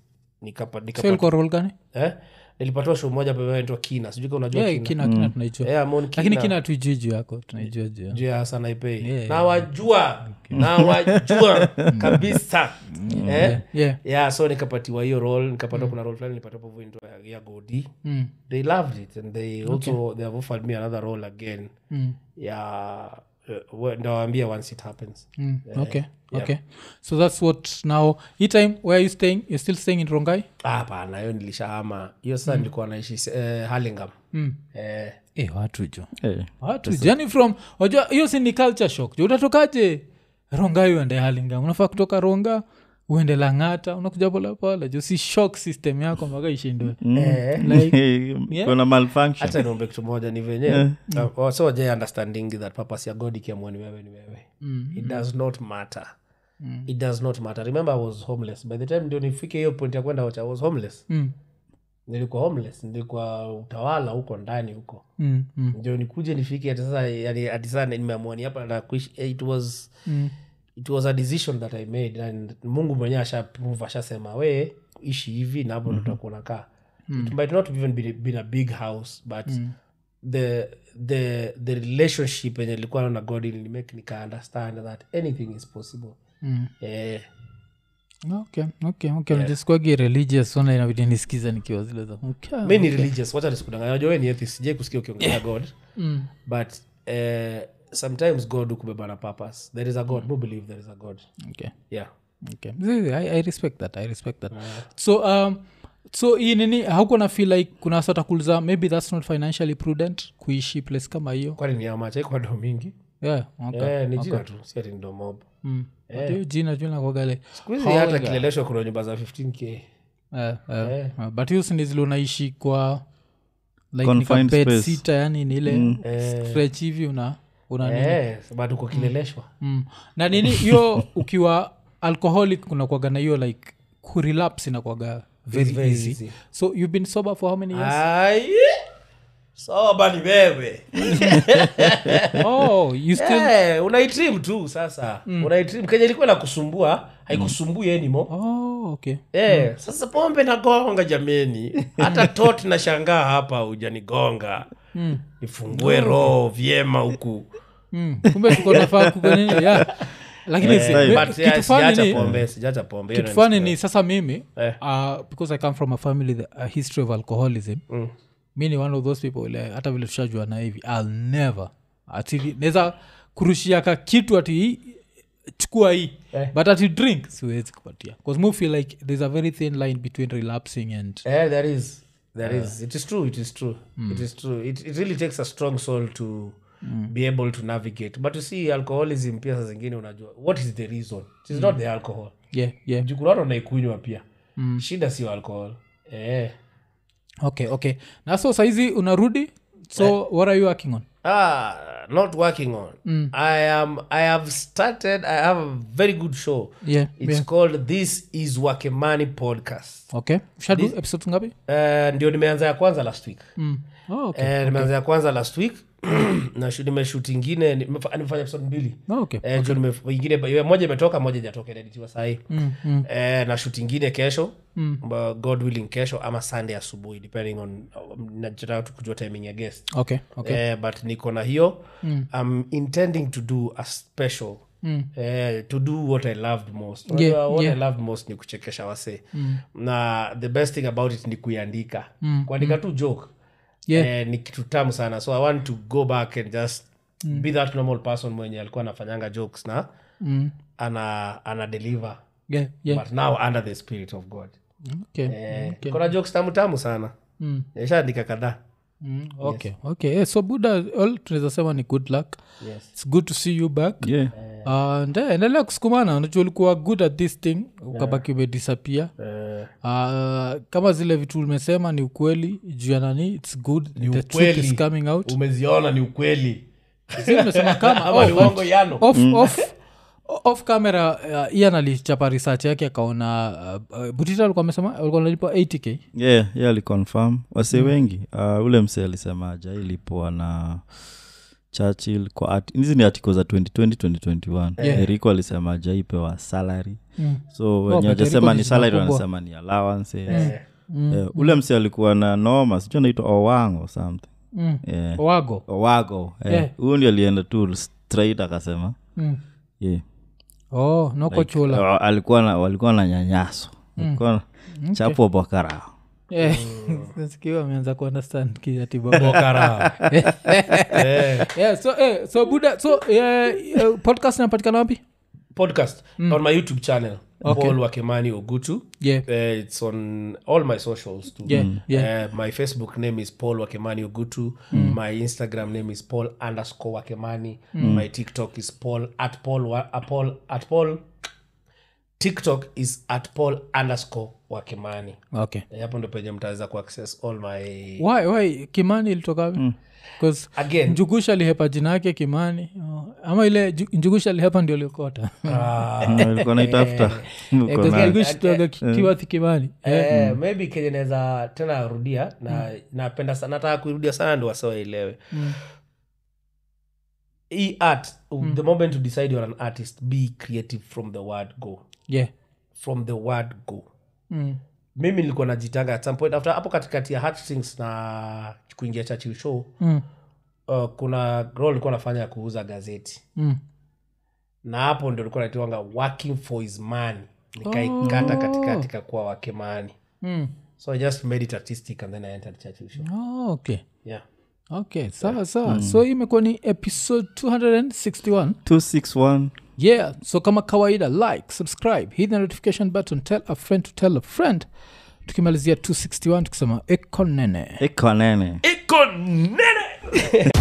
Speaker 1: nikapa,
Speaker 3: so
Speaker 1: nikapa,
Speaker 3: ilikuwa rol gani
Speaker 1: eh? nilipatiwa show moja pepe inaitwa kina sijui kama unajua
Speaker 3: yeah, kina kina tunaijua
Speaker 1: yeah, Amon kina
Speaker 3: lakini kina tuijui juu yako tunaijua juu yako.
Speaker 1: juu ya Hassan Haipei.
Speaker 3: Yeah, yeah.
Speaker 1: nawajua nawajua kabisa eh?
Speaker 3: Mm. yeah.
Speaker 1: yeah so nikapatiwa hiyo role nikapata kuna role fulani nilipata hapo hivyo ya- ya godi
Speaker 3: Mm,
Speaker 1: they loved it and they also they have offered me another role again
Speaker 3: mm,
Speaker 1: ya uh, ndawaambia once it happens
Speaker 3: mm. okay okay so that's what now hi time where are you staying you're still staying in rongai
Speaker 1: Ah, hapana hiyo nilishahama hiyo
Speaker 3: Mm.
Speaker 1: sasa nilikuwa naishi eh, Hurlingham. Eh,
Speaker 3: e watu jo
Speaker 2: Eh,
Speaker 3: watu jani Ah, from wajua hiyo si ni culture shock jo utatokaje rongai uende halinga unafaa kutoka ronga uende langata unakuja polapola jo si shock system yako mpaka ishindwe
Speaker 1: eh,
Speaker 2: kuna malfunction
Speaker 1: hata niombe kitu moja ni venyewe Uh, also they understanding that purpose ya god ikiamua ni wewe ni wewe it does not matter it does not matter remember i was homeless by the time ndio nifike hiyo point ya kwenda wacha i was homeless
Speaker 3: Mm,
Speaker 1: nilikuwa homeless nilikuwa utawala huko ndani huko
Speaker 3: mm, mm,
Speaker 1: ndio nikuje nifike hati sasa yani hati sasa nimeamua ni hapa nataka kuishi Eh, it was
Speaker 3: mm.
Speaker 1: it was a decision that i made and mungu mwenyewe ashaprove ashasema we ishi hivi na hapo
Speaker 3: Mm-hmm.
Speaker 1: tutakuwa nakaa
Speaker 3: Mm.
Speaker 1: it might not even be, been a big house but the the the relationship yenye ilikuwa na god ilinimake nika understand that anything is possible
Speaker 3: Mm.
Speaker 1: eh,
Speaker 3: okay okay okay najisikwagi religious ona inabidi nisikiza nikiwa zile za Mm, Ah, okay.
Speaker 1: mi ni religious wacha nisikudanganya najua we ni atheist sijai kusikia ukiongelea god
Speaker 3: mm.
Speaker 1: but eh, sometimes god hukubeba na purpose there is a god who believe there is a god
Speaker 3: okay.
Speaker 1: yeah
Speaker 3: okay. See, I, i respect that i respect that so um, so hii nini hauko na feel like kuna wasa watakuuliza maybe that's not financially prudent kuishi place kama hiyo
Speaker 1: kwani ni amachaikwa ndo mingi
Speaker 3: yeah, okay.
Speaker 1: eh, ni jina tu si ati ndo mob
Speaker 3: mm. yeah. jina junakogale
Speaker 1: siku hizi hata kileleshwa kuna nyumba za 15k
Speaker 3: Eh, Ah, but hiyo sindi zile unaishi kwa like
Speaker 2: Confined
Speaker 3: nika bed
Speaker 2: space. Mm.
Speaker 3: sita yani ni ile stretch hivi una una nini.
Speaker 1: eh, bado uko kileleshwa
Speaker 3: mm. na nini hiyo ukiwa alcoholic kunakwaga na hiyo like kurelaps inakwaga very,
Speaker 1: very
Speaker 3: easy.
Speaker 1: easy.
Speaker 3: so you've been sober for how many years
Speaker 1: Ai, soba ni wewe
Speaker 3: oh you still
Speaker 1: Eh, unaitrim tu sasa
Speaker 3: Mm.
Speaker 1: unaitrim kenya ilikuwa na kusumbua haikusumbui animo
Speaker 3: oh okay
Speaker 1: Eh, sasa pombe nagonga jameni hata tot nashangaa hapa hujanigonga
Speaker 3: Hmm.
Speaker 1: nifungue roho vyema huku
Speaker 3: mm. kumbe tuko nafaa kuko nini yeah. lakini si-
Speaker 1: Eh. But,
Speaker 3: Eh, kitu
Speaker 1: yeah,
Speaker 3: funny
Speaker 1: sijaacha
Speaker 3: ni-
Speaker 1: pombe sijaacha pombe hiyo
Speaker 3: kitu
Speaker 1: ndio
Speaker 3: funny ni sasa mimi
Speaker 1: Eh.
Speaker 3: uh, because i come from a family that, a history of alcoholism mm. mi ni one of those people like, hata vile tushajua na hivi ill never atili naweza kurushiaka kitu ati hii, chukua hii
Speaker 1: Eh.
Speaker 3: but ati drink siwezi kupatia bcause mu feel like there's a very thin line between relapsing and
Speaker 1: Eh, there is there is it is true it is true
Speaker 3: Hmm.
Speaker 1: it is true it, it really takes a strong soul to
Speaker 3: Hmm.
Speaker 1: be able to navigate but you see alcoholism pia saa zingine unajua what is the reason it
Speaker 3: Hmm.
Speaker 1: is not the alcohol
Speaker 3: yeah yeah
Speaker 1: Juu kuna watu wanaikunywa pia
Speaker 3: Hmm.
Speaker 1: shida sio alcohol eh.
Speaker 3: okay okay na so saizi unarudi so
Speaker 1: Eh.
Speaker 3: what are you working on
Speaker 1: ah, not working on
Speaker 3: Mm.
Speaker 1: i am i have started i have a very good show
Speaker 3: yeah
Speaker 1: it's called this is wakemani podcast
Speaker 3: okay ushadu episode ngapi
Speaker 1: Eh, ndio nimeanza ya kwanza last week
Speaker 3: mm. oh, okay
Speaker 1: Eh, nimeanza ya kwanza last week na shu- nimeshoot ingine nimef- nimefanya episode mbili
Speaker 3: Oh, okay. Mm,
Speaker 1: Eh, juu nimef- ingine ba- moja imetoka moja ijatoka ineditiwa sahii eh, na shut ingine kesho Ba- god willing kesho ama sunday asubuhi depending on nachotaka tu kujua timing ya guest
Speaker 3: okay okay
Speaker 1: eh, but niko na hiyo mm. i'm intending to do a special Mm. Eh, to do what i loved most Unajua,
Speaker 3: Yeah,
Speaker 1: what
Speaker 3: yeah.
Speaker 1: i loved most ni kuchekesha wase mm. na the best thing about it ni kuiandika mm. kuandika tu joke
Speaker 3: Yeah.
Speaker 1: eh, ni kitu tamu sana so i want to go back and just mm. be that normal person mwenye alikuwa anafanyanga jokes na
Speaker 3: Mm.
Speaker 1: ana ana deliver
Speaker 3: Yeah, yeah.
Speaker 1: but now under the spirit of god
Speaker 3: Okay,
Speaker 1: eh,
Speaker 3: okay.
Speaker 1: kuna jokes tamu tamu sana
Speaker 3: Mm.
Speaker 1: nishaandika kadhaa
Speaker 3: Mm, okay okay Eh, so buda all tunaweza sema ni good luck
Speaker 1: yes.
Speaker 3: its good to see you back
Speaker 2: yeah.
Speaker 3: Uh, nde endelea kusukumana unajua ulikuwa good at this thing ukabaki umedisapia
Speaker 1: eh,
Speaker 3: uh, kama zile vitu umesema ni ukweli juu ya nani its good
Speaker 1: Ni
Speaker 3: the truth
Speaker 1: ukweli.
Speaker 3: is coming out
Speaker 1: umeziona ni ukweli
Speaker 3: Si umesema kama
Speaker 1: ama ni
Speaker 3: oh,
Speaker 1: uongo yano
Speaker 3: off, off, off camera uh, ian alichapa research yake akaona uh, uh, butita alikuwa amesema alikuwa nalipa 80k
Speaker 2: yeah, yeah aliconfirm wase
Speaker 3: Mm.
Speaker 2: wengi uh, ule mse alisema ajailipwa na churchill kwa art- hizi ni article za 2020 2021
Speaker 3: Yeah.
Speaker 2: eriko alisema ajaipewa salary
Speaker 3: Mm.
Speaker 2: so wenye
Speaker 3: but
Speaker 2: wajasema
Speaker 3: Eriko
Speaker 2: ni
Speaker 3: ni
Speaker 2: salary
Speaker 3: jina kubwa.
Speaker 2: wanasema ni allowances
Speaker 3: Mm.
Speaker 2: Yeah, ule mse alikuwa na noma sichu anaitwa owango something
Speaker 3: mm.
Speaker 2: yeah.
Speaker 3: wago
Speaker 2: owago eh.
Speaker 3: Yeah.
Speaker 2: huyu ndio alienda tu straight akasema
Speaker 3: mm.
Speaker 2: yeah.
Speaker 3: oh noko chula
Speaker 2: Wa- alikuwa na walikuwa na nyanyaso
Speaker 3: Mm.
Speaker 2: Walikuwa na- chapo bokarao
Speaker 3: Eh, nasikia ameanza kuundestand kijatiba
Speaker 1: Bokara. Eh,
Speaker 3: yeah, so, eh, so buda so eh, eh, podcast inapatikana wapi
Speaker 1: podcast on my youtube channel
Speaker 3: Mm. Okay.
Speaker 1: Paul wakemani ogutu
Speaker 3: yeah.
Speaker 1: Eh, it's on all my socials too.
Speaker 3: Yeah, yeah. Mm.
Speaker 1: Eh, my facebook name is paul wakemani ogutu my instagram name is paul underscore wakemani
Speaker 3: Mm.
Speaker 1: my tiktok is paul at paul, wa, uh, paul at paul tiktok is at paul underscore wakemani
Speaker 3: okay
Speaker 1: Eh, hapo ndo penye mtaweza kuaccess all my
Speaker 3: why, why kimani ilitoka wapi Because
Speaker 1: again
Speaker 3: njugusha alihepa jina yake kimani oh, ama ile ju- njugusha alihepa ndio Eh, liokota
Speaker 1: ah,
Speaker 2: alikuwa naitafuta Uko na-
Speaker 3: kiwathi kimani
Speaker 1: Eh, maybe kenye naweza tena rudia na napenda sana nataka kuirudia sana ndo wasioelewe hii art the moment you decide you're an artist be creative from the word go
Speaker 3: yeah.
Speaker 1: from the word go
Speaker 3: mm.
Speaker 1: mimi nilikuwa najitanga at some point after hapo katikati ya Hutchings na kuingia Churchill show
Speaker 3: Mm.
Speaker 1: uh, kuna role nilikuwa nafanya ya kuuza gazeti
Speaker 3: Mm.
Speaker 1: na hapo ndio nilikuwa naitwanga working for his man nikaikata katikati kakuwa wakemani
Speaker 3: Oh. Mm.
Speaker 1: so i just made it artistic and then i entered Churchill show
Speaker 3: Oh, okay
Speaker 1: yeah
Speaker 3: okay sawa sawa so hii imekuwa ni episode 261
Speaker 2: 261
Speaker 3: yeah so kama kawaida like subscribe hit the notification button tell a friend to tell a friend tukimalizia 261 tukisema ekonene
Speaker 2: ikonene
Speaker 1: Iko nene